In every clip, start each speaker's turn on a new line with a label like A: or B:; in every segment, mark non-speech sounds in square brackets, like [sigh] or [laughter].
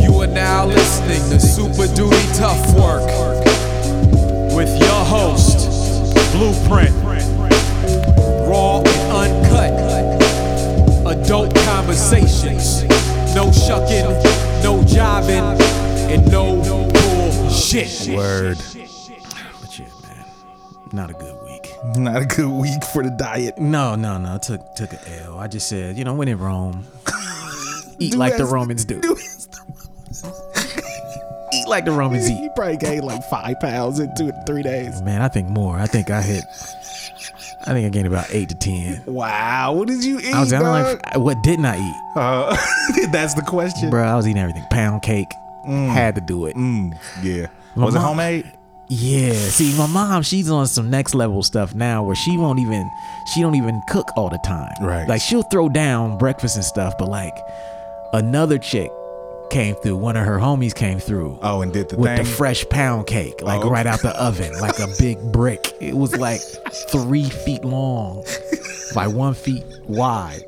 A: You are now listening to Super Duty Tough Work with your host. Blueprint. Raw and uncut. Adult conversations. No shucking, no jiving, and no bullshit.
B: Word. But yeah, man, not a good week.
C: Not a good week for the diet. [laughs]
B: No, no, no. I took took an L. I just said, you know, when in
C: [laughs]
B: Rome, eat like the
C: as-
B: Romans
C: [laughs]
B: do.
C: Dude, it's the-
B: Eat like the
C: [laughs]
B: Romans eat.
C: he probably gained like five pounds in two three days.
B: Man, I think more. I think I hit. I think I gained about eight to ten.
C: Wow, what did you eat?
B: I was down
C: dog?
B: like, what didn't I eat,
C: Uh, [laughs] that's the question.
B: bro? I was eating everything. Pound cake. Had to do it.
C: Mm, yeah,
B: My
C: was it
B: mom-
C: homemade?
B: Yeah. See, my mom, she's on some next level stuff now where she won't even she don't even cook all the time.
C: Right.
B: Like she'll throw down breakfast and stuff, but like another chick came through, one of her homies came through.
C: Oh, and did the
B: with
C: thing. Oh.
B: the fresh pound cake, like
C: okay.
B: right out the oven, like a big brick. It was like three feet long by one feet wide.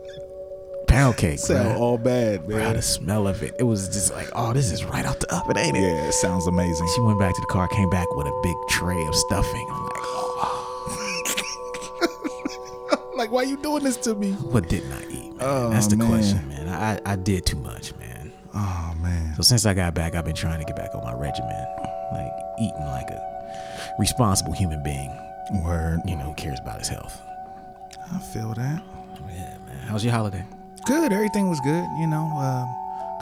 B: Pound cake.
C: Sound
B: man.
C: all bad,
B: Bro, the
C: man.
B: smell of it. It was just like, oh, this is right out the oven, ain't it?
C: Yeah, it sounds amazing.
B: She went back to the car, came back with a big tray of stuffing. I'm like, oh,
C: Like, why you doing this to me?
B: what didn't I eat? Man?
C: Oh,
B: That's the
C: man.
B: question, man. I, I did too much, man.
C: Oh man,
B: So since I got back, I've been trying to get back on my regimen, like eating like a responsible human being,
C: word.
B: you know, who cares about his health.
C: I feel that.
B: Yeah, man. How's your holiday?
C: Good. Everything was good. You know, um,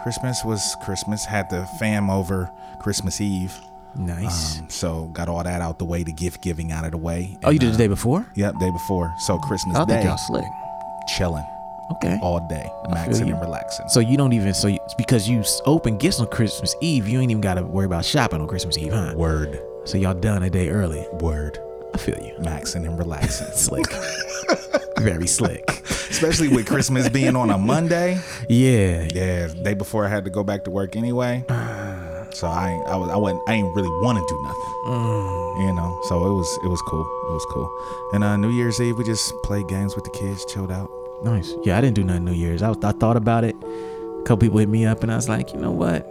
C: Christmas was Christmas. Had the fam over Christmas Eve.
B: Nice.
C: Um, so got all that out the way, the gift giving out of the way.
B: oh, you did the day before?
C: Yep, day before. So Christmas
B: I think
C: Day,
B: y'all slick.
C: chilling
B: Okay.
C: all day, maxing
B: you.
C: and relaxing.
B: So you don't even so you, it's because you s- open gifts on Christmas Eve, you ain't even got to worry about shopping on Christmas Eve, huh?
C: Word,
B: So y'all done a day early.
C: word,
B: I feel
C: [laughs]
B: you.
C: maxing and relaxing.
B: Slick. Very slick.
C: Especially with Christmas being on a Monday.
B: Yeah.
C: Yeah, day before I had to go back to work anyway. So I ain't, I was I wasn't I ain't really want to do nothing. You know, so it was it was cool. It was cool. And uh New Year's Eve we just played games with the kids, chilled out.
B: Nice. Yeah, I didn't do nothing New Year's. I, was- I thought about it. A couple people hit me up and I was like, you know what?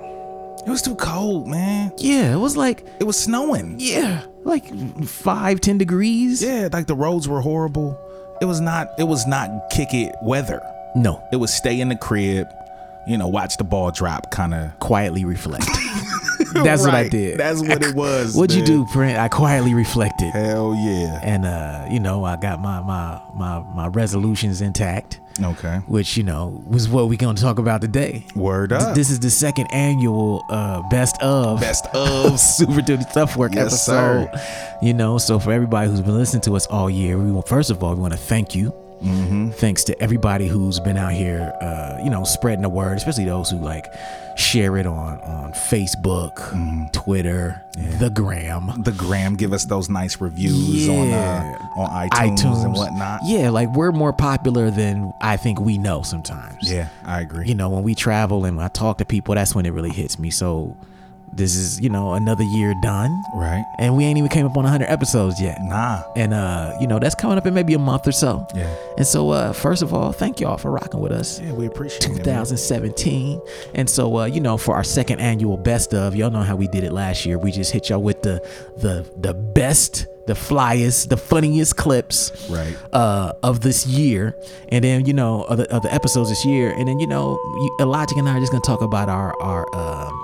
C: It was too cold, man.
B: Yeah, it was like,
C: It was snowing.
B: yeah, like five, ten degrees.
C: Yeah, like the roads were horrible. It was not it was not kick it weather.
B: No.
C: It was stay in the crib, you know, watch the ball drop kind [laughs] of
B: Quietly reflect. That's what I
C: Right.
B: did.
C: That's what it was.
B: What'd you do,
C: man.
B: Print? I quietly reflected.
C: Hell yeah.
B: And uh, you know, I got my my my my resolutions intact,
C: Okay.
B: which, you know, was what we gonna talk about today.
C: Word up.
B: This is the second annual uh, best of
C: Best
B: [laughs]
C: of
B: Super Duty Tough Work
C: Yes,
B: episode. You know, so for everybody who's been listening to us all year, we want, first of all, we want to thank you.
C: Mm-hmm.
B: Thanks to everybody who's been out here, uh, you know, spreading the word, especially those who like share it on on Facebook,
C: Mm-hmm.
B: Twitter, the gram,
C: the gram give us those nice reviews on
B: Yeah.
C: uh, on iTunes,
B: iTunes
C: and whatnot.
B: Yeah, like we're more popular than I think we know sometimes.
C: Yeah, I agree.
B: you know, when we travel and when I talk to people, that's when it really hits me. So this is, you know, another year done.
C: Right?
B: And we ain't even came up on 100 episodes yet.
C: Nah.
B: And, uh, you know, that's coming up in maybe a month or so.
C: Yeah.
B: And so, uh, first of all, thank y'all for rocking with us.
C: Yeah, we appreciate it. man.
B: 2017. And so, uh, you know, for our second annual best of, y'all know how we did it last year. We just hit y'all with the the the best, the flyest, the funniest clips,
C: Right.
B: uh, of this year, and then you know of the, of the episodes this year, and then you know, you, Elijah and I are just gonna talk about our our um,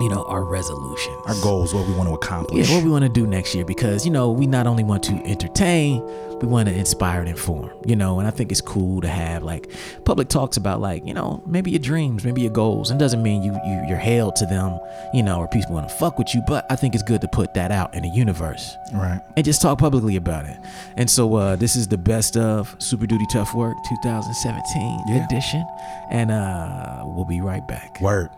B: you know, our resolutions.
C: Our goals, what we want to accomplish.
B: Yeah, what we want to do next year because you know we not only want to entertain, we want to inspire and inform. You know, and I think it's cool to have like public talks about like you know maybe your dreams, maybe your goals, and doesn't mean you, you you're held to them, you know, or people want to fuck with you. But I think it's good to put that out in the universe
C: Right.
B: and just talk publicly about it. And so uh, this is the best of Super Duty Tough Work 2017
C: Yeah.
B: edition, and uh, we'll be right back.
C: Word.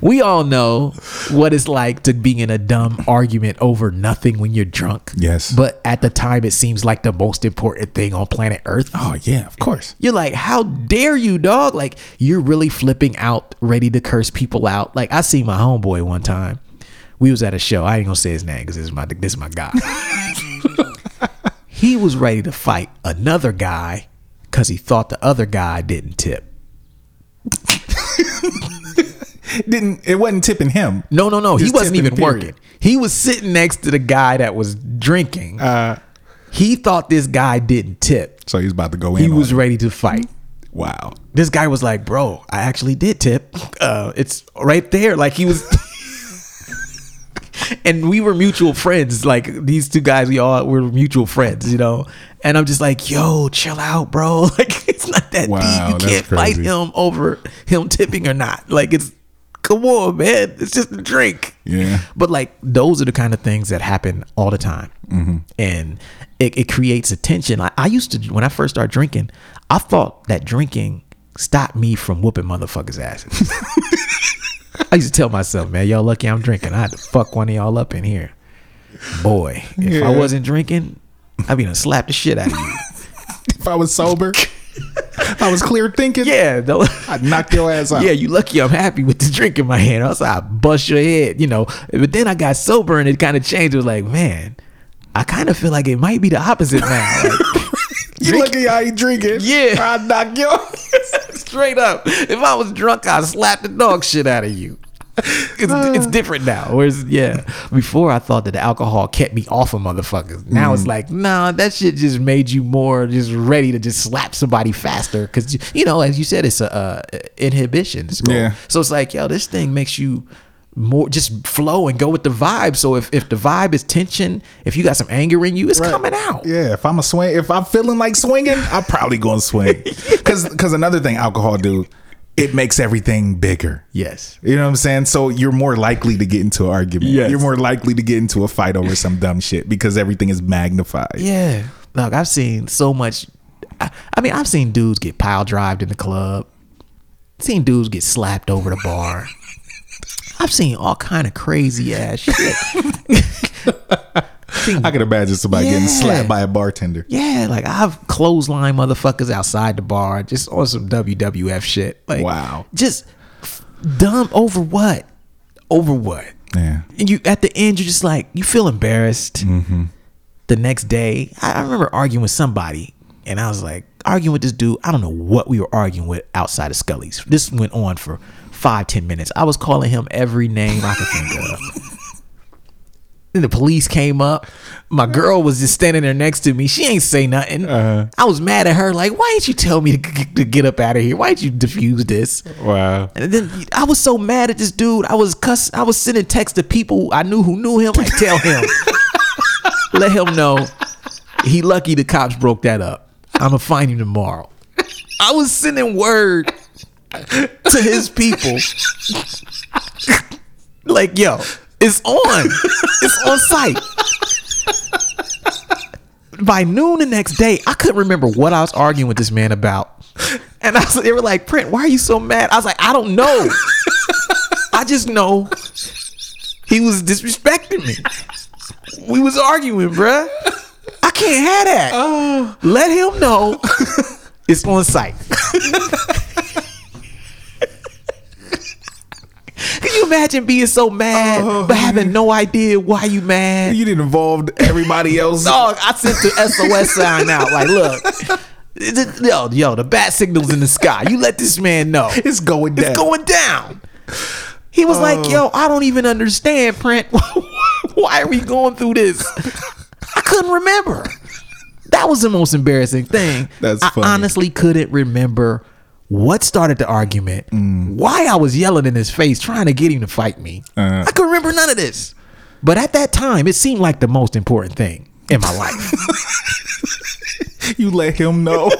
B: We all know what it's like to be in a dumb argument over nothing when you're drunk.
C: Yes.
B: But at the time, it seems like the most important thing on planet Earth.
C: Oh yeah, of course.
B: You're like, how dare you, dog? Like, you're really flipping out, ready to curse people out. Like, I see my homeboy one time. We was at a show. I ain't gonna say his name because this is my this is my
C: [laughs]
B: guy. he was ready to fight another guy because he thought the other guy didn't tip.
C: Didn't it wasn't tipping him.
B: No, no, no. he
C: Just
B: wasn't
C: tipping,
B: even
C: period.
B: working. He was sitting next to the guy that was drinking. he thought this guy didn't tip.
C: Uh, So he's about to go in.
B: He
C: on
B: was
C: it.
B: ready to fight.
C: wow.
B: This guy was like, "Bro, I actually did tip. Uh, it's right there." Like he was. [laughs] And we were mutual friends, like these two guys. We all were mutual friends, you know. And I'm just like, "Yo, chill out, bro. [laughs] Like it's not that
C: Wow,
B: deep. You
C: that's
B: can't fight
C: crazy.
B: him over him tipping or not. Like it's, come on, man. It's just a drink.
C: Yeah.
B: But like those are the kind of things that happen all the time, and it, it creates a tension. Like I used to when I first started drinking, I thought that drinking stopped me from whooping motherfuckers' asses. I used to tell myself, man, y'all lucky I'm drinking. I had to fuck one of y'all up in here. Boy, if
C: Yeah.
B: I wasn't drinking, I'd be gonna slap the shit out of you.
C: If I was sober, I was clear thinking.
B: yeah, though.
C: I'd knock your ass out.
B: Yeah, you lucky I'm happy with the drink in my hand. Else I bust your head, you know. But then I got sober and it kind of changed. It was like, man, I kind of feel like it might be the opposite now. Like,
C: You lucky I ain't drinking.
B: Yeah.
C: I'd knock your [laughs]
B: straight up, if I was drunk, I'd slap the dog shit out of you. It's,
C: Uh.
B: it's different now. Whereas, yeah, before I thought that the alcohol kept me off of motherfuckers. Now
C: Mm.
B: it's like, nah, that shit just made you more just ready to just slap somebody faster. Cause, you- you know, as you said, it's a uh, inhibition. It's called.
C: Yeah.
B: So it's like, yo, this thing makes you more just flow and go with the vibe. So if, if the vibe is tension, if you got some anger in you, it's coming out.
C: Yeah, if I'm a swing, if I'm feeling like swinging, I'm probably going
B: [laughs]
C: to swing. Because because another thing alcohol do, it makes everything bigger.
B: Yes.
C: You know what I'm saying? So you're more likely to get into an argument.
B: Yes.
C: You're more likely to get into a fight over some dumb shit because everything is magnified.
B: Yeah. Look, I've seen so much. I, I mean, I've seen dudes get pile drived in the club. Seen dudes get slapped over the bar. I've seen all kind of crazy ass shit.
C: I could imagine somebody getting
B: Yeah.
C: slapped by a bartender.
B: Yeah, like I've clothesline motherfuckers outside the bar just on some WWF shit. Like,
C: Wow.
B: just f- dumb over what? Over what?
C: Yeah.
B: And you at the end, you're just like you feel embarrassed.
C: Mm-hmm.
B: The next day, I, I remember arguing with somebody, and I was like arguing with this dude. I don't know what we were arguing with outside of Scully's. This went on for five ten minutes. I was calling him every name I could think of.
C: [laughs]
B: Then the police came up. My girl was just standing there next to me. She ain't say nothing.
C: Uh-huh.
B: I was mad at her. Like, why didn't you tell me to, g- to get up out of here? Why didn't you defuse this?
C: Wow.
B: And then I was so mad at this dude. I was cuss. I was sending texts to people I knew who knew him. Like, tell him, let him know. He lucky the cops broke that up. I'ma find him tomorrow. I was sending word to his people, like, yo, it's on, it's on site by noon the next day, I couldn't remember what I was arguing with this man about. And I was, they were like, Print, why are you so mad? I was like, I don't know. I just know he was disrespecting me. We was arguing, bruh. I can't have that. Let him know it's on site. Can you imagine being so mad but having no idea why you mad?
C: You didn't involve everybody
B: [laughs]
C: else.
B: dog, I sent the SOS sign out. Like, look, it- it- yo, yo, the bat signal's in the sky. You let this man know. It's
C: It's going down.
B: going down. He was like, yo, I don't even understand, Print. [laughs] Why are we going through this? I couldn't remember. That was the most embarrassing thing.
C: That's
B: I
C: funny.
B: honestly couldn't remember what started the argument, why I was yelling in his face trying to get him to fight me.
C: Uh.
B: I couldn't remember none of this. But at that time, it seemed like the most important thing in my [laughs] life.
C: You let
B: [laughs]
C: him know.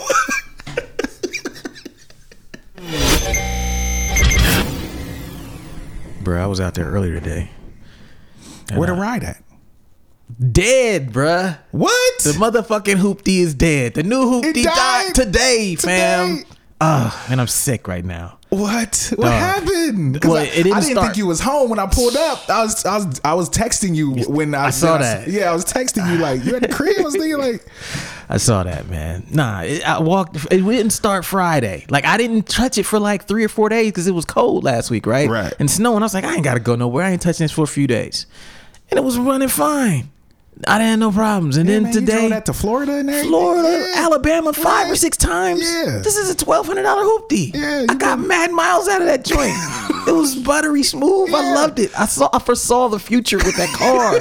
B: Bro, I was out there earlier today.
C: Where to ride at?
B: Dead, bruh.
C: What?
B: The motherfucking hoopty is dead. The new hoopty died,
C: died
B: today, fam.
C: today.
B: Ugh, and I'm sick right now. [laughs]
C: what? What happened? 'Cause
B: Uh, well,
C: I,
B: it didn't
C: I didn't
B: start-
C: think you was home when I pulled up. I was I was I was texting you when I,
B: saw
C: when s-
B: that.
C: yeah, I was texting you like you at the crib. I was thinking
B: [laughs]
C: like
B: I saw that, man. Nah, it, I walked. It didn't start Friday. Like I didn't touch it for like three or four days because it was cold last week, right?
C: Right.
B: And snow, and I was like, I ain't gotta go nowhere. I ain't touching this for a few days, and it was running fine. I didn't have no problems. And then
C: man, you
B: today,
C: drove that to Florida and everything?
B: Florida,
C: Yeah.
B: Alabama, five or
C: Right.
B: six times.
C: Yeah.
B: This is a twelve hundred dollar hoopty.
C: Yeah,
B: I
C: you
B: got mad miles out of that
C: [laughs]
B: joint. it was buttery smooth. I
C: Yeah.
B: loved it. I saw I foresaw the future with that car.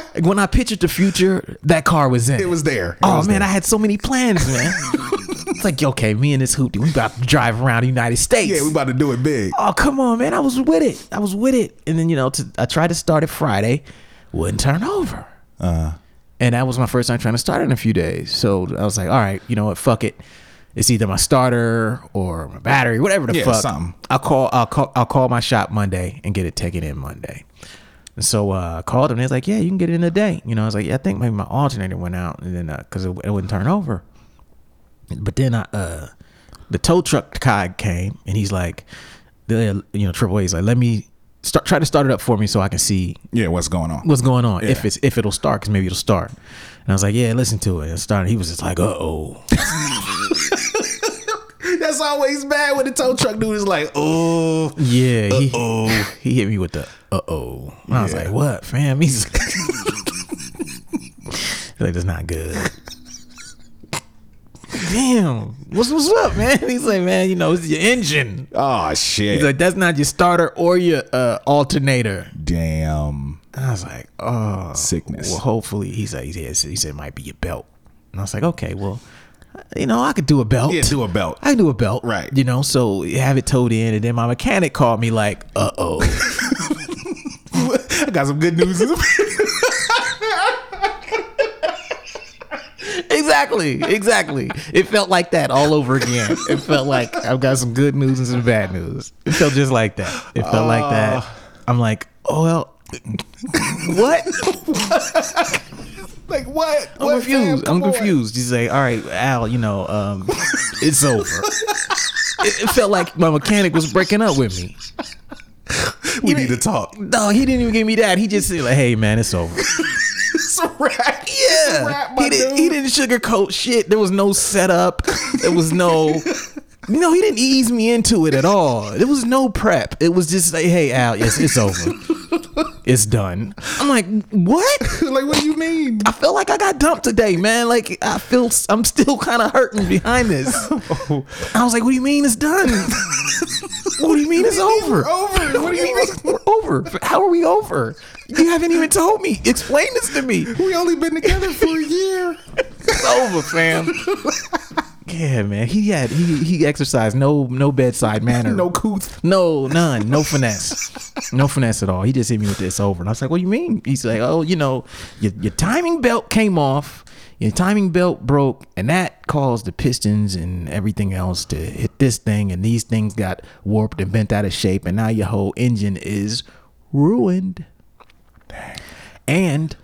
C: [laughs]
B: Like, when I pictured the future, that car was in.
C: It was there. It
B: oh
C: was
B: man,
C: there.
B: I had so many plans,
C: [laughs]
B: man. it's like, okay, me and this hoopty, we about to drive around the United States.
C: yeah, we about to do
B: [laughs]
C: it big.
B: Oh come on, man! I was with it. I was with it, and then you know, to, I tried to start it Friday, wouldn't turn over,
C: Uh,
B: and that was my first time trying to start it in a few days. So I was like, all right, you know what? Fuck it. It's either my starter or my battery, whatever the
C: Yeah,
B: fuck.
C: something.
B: I'll call. I'll call. I'll call my shop Monday and get it taken in Monday. And so uh, I called them. They was like, yeah, you can get it in a day. You know, I was like, yeah, I think maybe my alternator went out, and then because it, it wouldn't turn over. But then I, uh, the tow truck guy came and he's like, the you know, Triple A's like, let me start try to start it up for me so I can see
C: yeah, what's going on?
B: what's going on if
C: Yeah.
B: it's if it'll start because maybe it'll start. And I was like, yeah, listen to it. It started. He was just like, uh oh.
C: That's always bad when the tow truck dude is like, oh,
B: Yeah, [laughs] he, he hit me with the uh oh. I was
C: Yeah.
B: like, what, fam? He's He's [laughs] like, that's not good. Damn, what's what's up, man? [laughs] He's like, man, you know, it's your engine.
C: oh shit,
B: He's like, that's not your starter or your uh, alternator.
C: damn
B: I was like, oh,
C: Sickness.
B: Well, hopefully, he's like, he said, he said it might be your belt. And I was like, okay, well, you know, I could do a belt.
C: Yeah, do a belt.
B: I can do a belt,
C: Right.
B: You know, so have it towed in, and then my mechanic called me like, uh oh.
C: [laughs] I got some good news.
B: [laughs] exactly, exactly. It felt like that all over again. It felt like I've got some good news and some bad news. It felt just like that. It felt like
C: Uh.
B: that. I'm like, oh well, [laughs] what?
C: [laughs] like what?
B: I'm
C: What, fam?
B: confused.
C: Come
B: I'm
C: on.
B: confused. He's like, all right, Al, you know, um, it's over. it, it felt like my mechanic was breaking up with me.
C: We need to
B: [laughs]
C: talk.
B: No, he didn't even give me that. He just said, like, hey man, it's
C: [laughs]
B: over.
C: It's a wrap. It's a
B: Yeah,
C: wrap, my
B: he didn't.
C: dude.
B: He didn't sugarcoat shit. There was no setup. There was
C: [laughs]
B: no. No, he didn't ease me into it at all. There was no prep. It was just like, "Hey, Al, yes, it's over. it's done." I'm like, "What?"
C: like, what do you mean?
B: I feel like I got dumped today, man. Like I feel I'm still kind of hurting behind [laughs] this. I was like, "What do you mean it's [laughs] done? what do you mean it's over?
C: Over. What do you mean?
B: [laughs] We're over. How are we over? You haven't even told me. Explain this to me.
C: We only been together for a [laughs] year.
B: It's over, fam. [laughs] Yeah, man. He had he he exercised no [laughs] no bedside manner.
C: No cooth.
B: No, none. No finesse. No finesse at all. He just hit me with this over. And I was like, what do you mean? He's like, oh, you know, your, your timing belt came off. Your timing belt broke. And that caused the pistons and everything else to hit this thing. And these things got warped and bent out of shape. And now your whole engine is ruined. And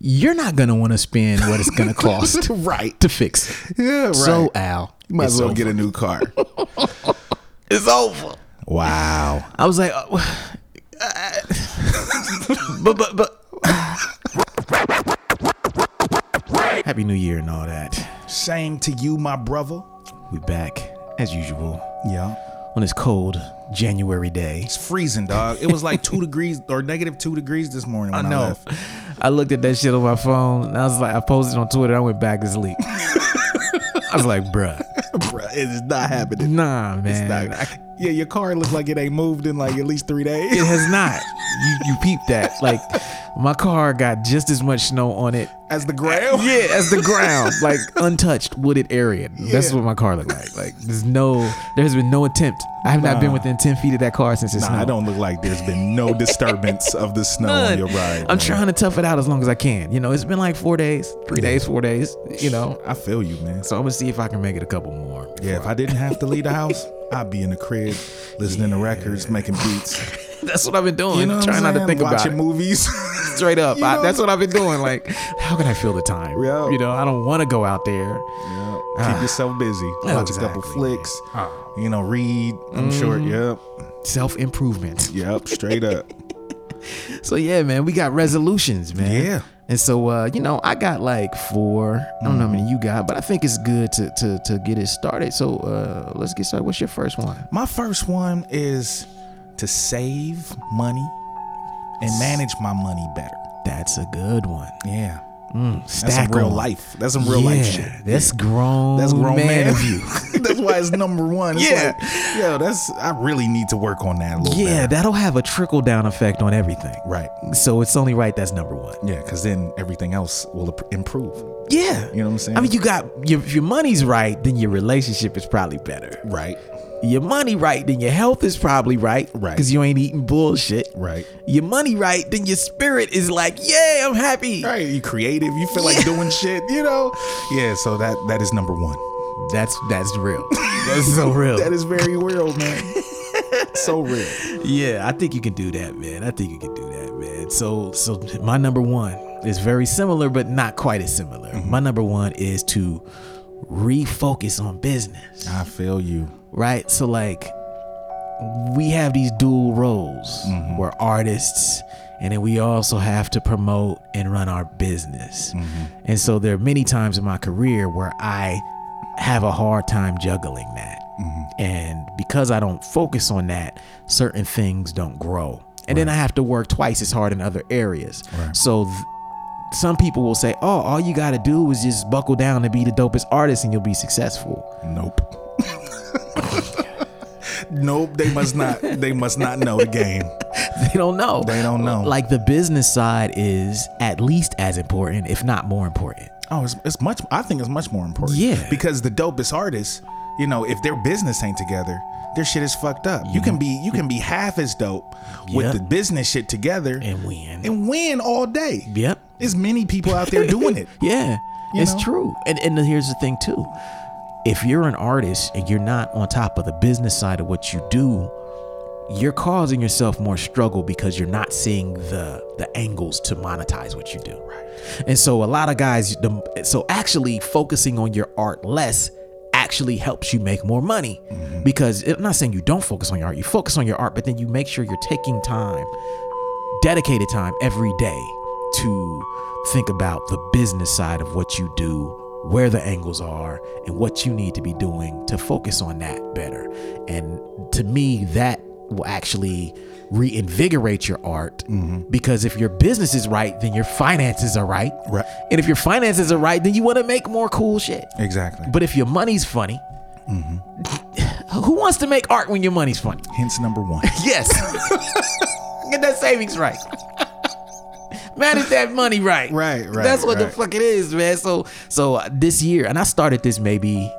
B: you're not going to want to spend what it's going to
C: [laughs]
B: cost
C: Right.
B: to fix it.
C: Yeah. Right.
B: So, Al,
C: you might
B: it's
C: as well
B: over.
C: get a new car.
B: it's over.
C: [laughs] wow.
B: I was like, oh, I- [sighs] but but but. Happy New Year and all that.
C: Shame to you, my brother.
B: We back as usual
C: Yeah.
B: on this cold January day.
C: It's freezing, dog. It was like two [laughs] degrees or negative two degrees this morning. When I, left.
B: I looked at that shit on my phone and I was like, I posted on Twitter. I went back to sleep. I was like, bruh,
C: [laughs] Bruh, it is not happening.
B: nah, man,
C: Like, yeah, your car looks like it ain't moved in like at least three [laughs] days.
B: it has not. You you peeped that? Like, my car got just as much snow on it
C: as the grail.
B: Yeah, as the
C: [laughs]
B: ground, like untouched wooded area. That's what my car looked like. Like there's no, there's been no attempt. I have not been within ten feet of that car since it's.
C: Nah, I don't look like there's been no disturbance of the snow on your ride.
B: I'm
C: man.
B: trying to tough it out as long as I can. You know, it's been like four days, three days, four days. You know,
C: I feel you, man.
B: so I'm gonna see if I can make it a couple more. [laughs]
C: Yeah, if I didn't have to leave the house, I'd be in the crib listening to records, making
B: [laughs]
C: beats.
B: That's what I've been doing.
C: You know, what
B: trying
C: I'm
B: not to
C: saying?
B: think about
C: Watching
B: it. [laughs]
C: movies.
B: Straight up,
C: You
B: I,
C: know-
B: that's what I've been doing. Like, how can I fill the time?
C: Yeah.
B: You know, I don't want to go out there.
C: Yeah, Keep yourself busy. Watch a couple
B: exactly, Mm-hmm.
C: flicks. You know, read. I'm sure. Yep.
B: Self improvement.
C: Yep.
B: [laughs]
C: Straight up.
B: So yeah, man, we got resolutions, man.
C: Yeah.
B: And so uh, you know, I got like four. I don't know how many you got, but I think it's good to to to get it started. So uh let's get started. What's your first one?
C: My first one is to save money and manage my money better.
B: That's a good one.
C: Yeah.
B: Stack
C: That's some real
B: on.
C: life. That's some real life
B: Yeah,
C: shit.
B: That's grown.
C: That's grown man,
B: of [laughs] you.
C: [laughs] that's why it's number one.
B: [laughs]
C: It's
B: Yeah.
C: like, yo, that's I really need to work on that a little
B: Yeah,
C: better.
B: that'll have a trickle down effect on everything.
C: right.
B: So it's only right that's number one.
C: Yeah, because then everything else will ap- improve.
B: Yeah.
C: You know what I'm saying?
B: I mean, you got your, if your money's right, then your relationship is probably better.
C: right.
B: Your money right, then your health is probably right.
C: Right.
B: Because you ain't eating bullshit.
C: Right.
B: your money right, then your spirit is like, yeah, I'm happy.
C: Right. You creative. You feel like doing shit. You know. Yeah. So that that is number one.
B: That's that's real. That's [laughs] so real.
C: That is very real, man. [laughs] so real.
B: yeah, I think you can do that, man. I think you can do that, man. So so my number one is very similar, but not quite as similar. My number one is to refocus on business.
C: I feel you.
B: right? So like we have these dual roles. We're artists and then we also have to promote and run our business. And so there are many times in my career where I have a hard time juggling that. And because I don't focus on that, certain things don't grow. And then I have to work twice as hard in other areas. So th- some people will say, "Oh, all you got to do is just buckle down and be the dopest artist and you'll be successful."
C: [laughs] Nope. nope. They must not. They must not know the game.
B: [laughs] they don't know.
C: They don't know.
B: Like the business side is at least as important, if not more important.
C: Oh, it's, it's much. I think it's much more important.
B: Yeah.
C: Because the dopest artists, you know, if their business ain't together, their shit is fucked up. You can be you can be half as dope with
B: Yep.
C: the business shit together
B: And win.
C: and win all day.
B: yep.
C: There's many people out there
B: [laughs]
C: doing it.
B: Yeah.
C: You
B: it's
C: know?
B: true. And and here's the thing too. If you're an artist and you're not on top of the business side of what you do, you're causing yourself more struggle because you're not seeing the the angles to monetize what you do. Right. And so a lot of guys the, so actually focusing on your art less actually helps you make more money
C: Mm-hmm.
B: because I'm not saying you don't focus on your art. You focus on your art, but then you make sure you're taking time dedicated time every day to think about the business side of what you do, where the angles are, and what you need to be doing to focus on that better. And to me, that will actually reinvigorate your art because if your business is right, then your finances are right.
C: Right.
B: And if your finances are right, then you want to make more cool shit.
C: Exactly.
B: But if your money's funny, [laughs] who wants to make art when your money's funny?
C: Hence number
B: [laughs]
C: one.
B: Yes. [laughs] Get that savings right. Manage that money right.
C: Right, right,
B: That's what the
C: right.
B: fuck it is, man. So, so uh, this year, and I started this maybe,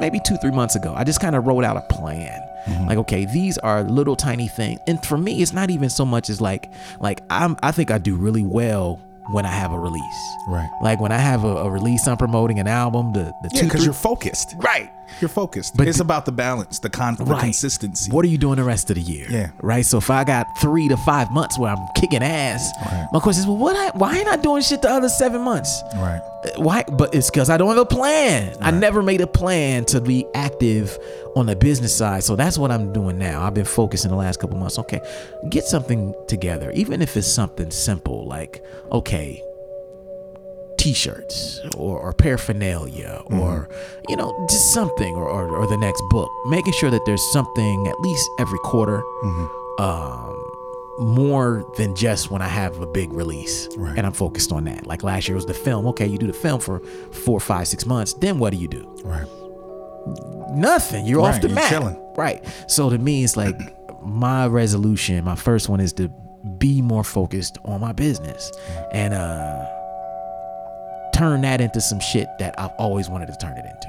B: maybe two, three months ago. I just kind of wrote out a plan.
C: Mm-hmm.
B: Like, okay, these are little tiny things, and for me, it's not even so much as like, like I'm. I think I do really well when I have a release.
C: Right.
B: Like when I have a, a release, I'm promoting an album. The the
C: Yeah,
B: two,
C: because
B: three,
C: you're focused.
B: right.
C: You're focused.
B: But
C: it's
B: the-
C: about the balance, the, con- the consistency.
B: What are you doing the rest of the year?
C: Yeah.
B: Right. So if I got three to five months where I'm kicking ass,
C: Right.
B: my question is, well, what? I, why ain't I doing shit the other seven months?
C: Right.
B: Uh, Why? But it's because I don't have a plan. I never made a plan to be active on the business side. So that's what I'm doing now. I've been focusing the last couple months. Okay, get something together, even if it's something simple like, okay, t-shirts or, or paraphernalia or you know just something or, or, or the next book making sure that there's something at least every quarter um, more than just when i have a big release
C: Right.
B: and i'm focused on that like last year was the film okay you do the film for four five six months then what do you do
C: Right.
B: nothing you're off
C: Right,
B: the
C: you're
B: map
C: chilling.
B: right so to me it's
C: [clears throat]
B: like my resolution my
C: Mm.
B: first one is to be more focused on my business and uh turn that into some shit that I've always wanted to turn it into.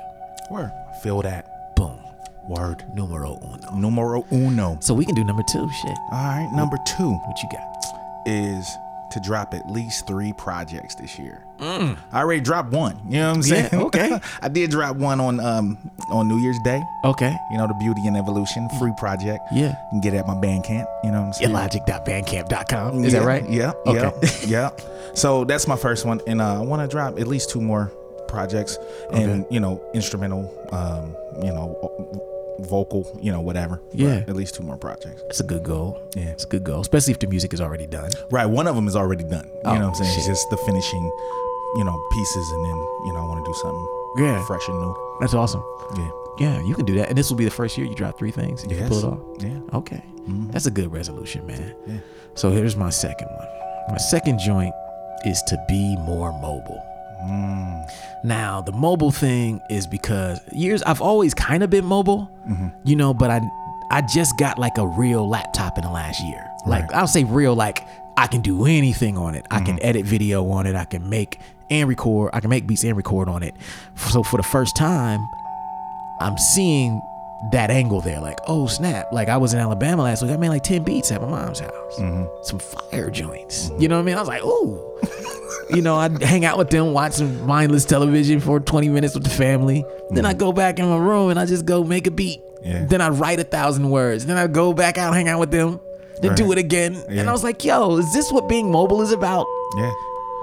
C: Word. Feel that.
B: Boom.
C: Word.
B: Numero uno.
C: Numero uno.
B: So we can do number two. Shit.
C: All right. Number two
B: What you got?
C: is to drop at least three projects this year. I already dropped one. You know what I'm saying?
B: Mm.
C: [laughs]
B: Yeah, okay.
C: I did drop one on um on New Year's Day.
B: Okay.
C: You know, the Beauty and Evolution free project.
B: Yeah.
C: You can get it at my Bandcamp. You know what I'm saying?
B: Illogic.bandcamp.com. Is
C: Yeah,
B: that right?
C: Yeah.
B: Okay.
C: Yeah. [laughs] yeah. So that's my first one, and uh, I want to drop at least two more projects, and you know, instrumental, um, you know, o- vocal, you know, whatever.
B: Yeah.
C: At least two more projects.
B: That's a good goal.
C: Yeah.
B: It's a good goal, especially if the music is already done.
C: Right. One of them is already done. You know what I'm saying?
B: Oh, shit.
C: It's just the finishing, you know, pieces, and then you know, I want to do something
B: Yeah.
C: fresh and new.
B: That's awesome.
C: Yeah.
B: Yeah, you can do that. And this will be the first year you drop three things. and You can pull
C: Yes. Mm-hmm.
B: it off.
C: Yeah.
B: Okay. That's a good resolution, man. So here's my second one. My second joint is to be more mobile. Now, the mobile thing is because years I've always kind of been mobile, you know, but I I just got like a real laptop in the last year. Like I'll say real like I can do anything on it. I can edit video on it. I can make and record. I can make beats and record on it. So for the first time, I'm seeing that angle there. Like, oh snap! Like I was in Alabama last week. I made like ten beats at my mom's house.
C: Mm-hmm.
B: Some fire joints. You know what I mean? I was like, ooh. you know, I'd hang out with them, watch some mindless television for 20 minutes with the family. Then I go back in my room and I just go make a beat.
C: Mm-hmm. Yeah.
B: Then I write a thousand words. Then I go back out, hang out with them. Then do
C: Right.
B: it again. And
C: Yeah.
B: I was like, yo, is this what being mobile is about?
C: Yeah.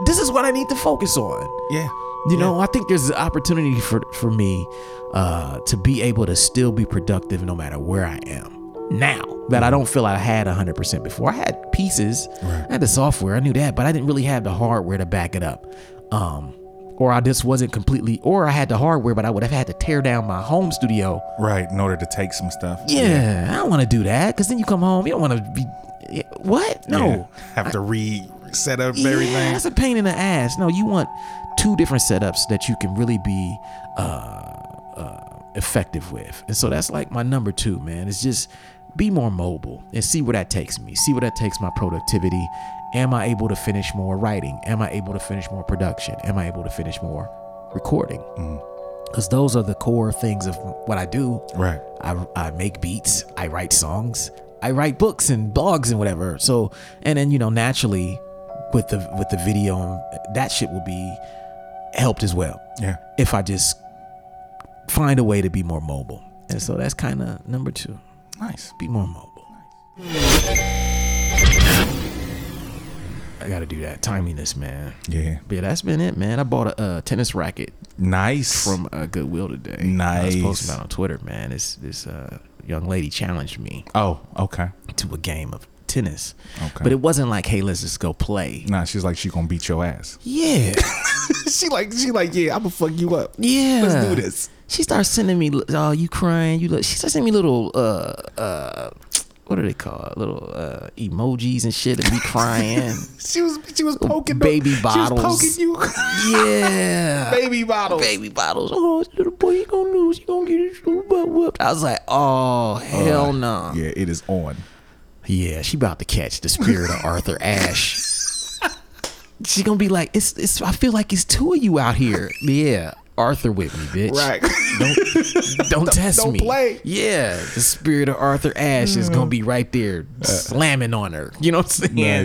B: This is what I need to focus on.
C: Yeah.
B: You know, I think there's an opportunity for for me uh, to be able to still be productive no matter where I am now that
C: Mm-hmm.
B: I don't feel I had 100% before. I had pieces, I had the software, I knew that, but I didn't really have the hardware to back it up. Um, or I just wasn't completely, or I had the hardware, but I would have had to tear down my home studio.
C: Right. In order to take some stuff.
B: Yeah, I don't want to do that because then you come home, you don't want to be. yeah, What? No.
C: Yeah. [laughs] Have to reset up
B: Yeah,
C: everything.
B: that's a pain in the ass. No, you want two different setups that you can really be uh, uh, effective with. And so that's like my number two, man. It's just be more mobile and see where that takes me. See where that takes my productivity. Am I able to finish more writing? Am I able to finish more production? Am I able to finish more recording? Because those are the core things of what I do.
C: Right.
B: I, I make beats, I write songs, I write books and blogs and whatever. So and then you know naturally with the with the video that shit will be helped as well
C: Yeah.
B: if I just find a way to be more mobile. And so that's kind of number 2.
C: Nice.
B: Be more mobile. I got to do that timeliness, man.
C: Yeah.
B: But yeah, that's been it, man. I bought a, uh tennis racket
C: Nice.
B: from uh, Goodwill today. I was
C: Nice.
B: posting about on Twitter, man. This this uh, young lady challenged me
C: oh. Okay.
B: to a game of tennis.
C: Okay.
B: But it wasn't like, hey, let's just go play.
C: Nah, she's like she gonna beat your ass.
B: Yeah.
C: [laughs] she like she like yeah, I'ma fuck you up.
B: Yeah.
C: Let's do this.
B: She starts sending me, oh, you crying. You look. She starts sending me little, uh, uh, what are they called? Little uh, emojis and shit of me [laughs] crying.
C: She was she was poking
B: baby
C: the,
B: bottles.
C: She was poking you. [laughs]
B: yeah.
C: baby bottles.
B: Baby bottles. Oh, this little boy, he gonna lose. He gonna get his little butt whooped. I was like, oh, hell no.
C: Yeah, it is on.
B: Yeah, she about to catch the spirit of Arthur Ashe. She gonna be like, it's, it's. I feel like it's two of you out here. Yeah, Arthur with me, bitch.
C: Right.
B: Don't don't test
C: don't
B: me.
C: play.
B: Yeah, the spirit of Arthur Ashe is gonna be right there, slamming on her. You know what I'm saying?
C: Uh,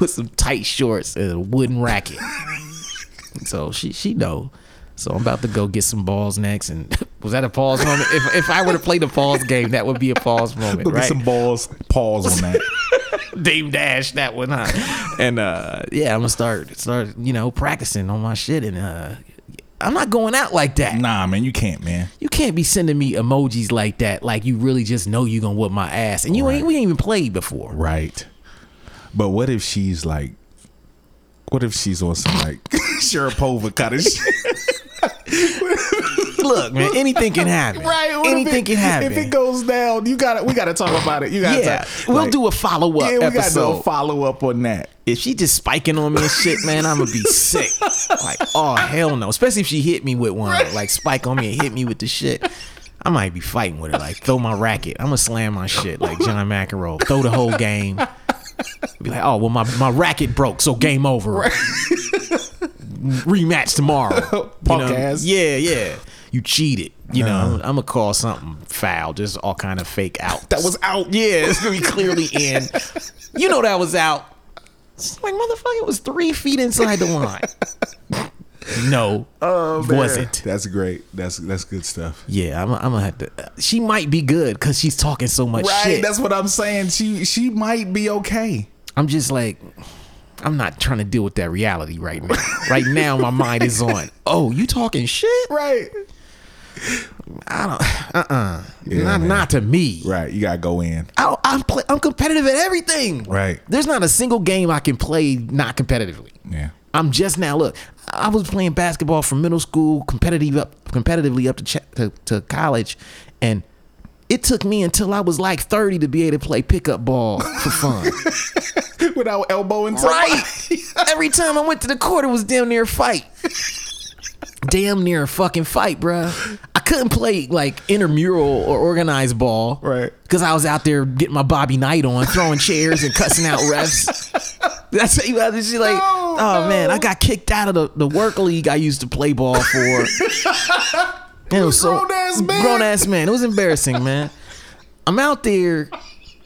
B: [laughs] with some tight shorts and a wooden racket. so she she know. So I'm about to go get some balls next. And [laughs] was that a pause moment? If if I were to play the pause game, that would be a pause moment,
C: Look
B: right?
C: at some balls. Pause on that.
B: Dame Dash that one, huh? [laughs] and [laughs] uh, yeah, I'm gonna start start you know practicing on my shit, and uh, I'm not going out like that.
C: nah, man, you can't, man.
B: You can't be sending me emojis like that, like you really just know you gonna whoop my ass, and you ain't we ain't even played before.
C: Right. But what if she's like what if she's on some [laughs] like Sharapova kind of shit?
B: Look, man, anything
C: [laughs]
B: can happen.
C: [laughs] Right. What if
B: anything
C: it-
B: can happen.
C: [laughs] If it goes down, you gotta we gotta talk about it. You gotta
B: yeah,
C: talk-
B: we'll
C: like,
B: do a follow up
C: Yeah, we gotta do
B: episode.
C: a follow up on that.
B: if she just spiking on me and shit, man, I'm gonna be sick. Like, oh hell no. Especially if she hit me with one, like spike on me and hit me with the shit. I might be fighting with her. Like, throw my racket. I'm gonna slam my shit like John McEnroe. Throw the whole game. Be like, oh well, my my racket broke, so game over. rematch tomorrow. You
C: Punk
B: know?
C: ass.
B: Yeah, yeah. You cheated. You know, I'm gonna call something foul. Just all kind of fake out.
C: That was out.
B: Yeah, it's gonna be clearly in. You know that was out. It's like motherfucker it was three feet inside the line. No, was it?
C: That's great. That's that's good stuff.
B: Yeah, I'm, I'm gonna have to. She might be good because she's talking so much
C: Right.
B: shit.
C: That's what I'm saying. She she might be okay.
B: I'm just like, I'm not trying to deal with that reality right
C: [laughs]
B: now. right now, my mind is on. Oh, you talking shit?
C: Right.
B: I don't. Uh. uh
C: Yeah,
B: not,
C: man.
B: not to me.
C: Right. You gotta go in.
B: I, I'm play, I'm competitive at everything.
C: Right.
B: There's not a single game I can play not competitively.
C: Yeah.
B: I'm just now look. I was playing basketball from middle school, competitive up, competitively up to ch- to, to college, and it took me until I was like 30 to be able to play pickup ball for fun.
C: [laughs] Without elbowing somebody.
B: Right. [laughs] Every time I went to the court, it was damn near a
C: [laughs]
B: fight. damn near a fucking fight, bruh. I couldn't play like intramural or organized ball.
C: Right.
B: Because I was out there getting my Bobby Knight on, throwing chairs and cussing out
C: [laughs]
B: refs. That's what you have to see. Like,
C: No,
B: oh man,
C: no.
B: I got kicked out of the, the work league I used to play ball
C: [laughs]
B: for. It was so
C: grown-ass man.
B: grown ass man. It was embarrassing, man. I'm out there.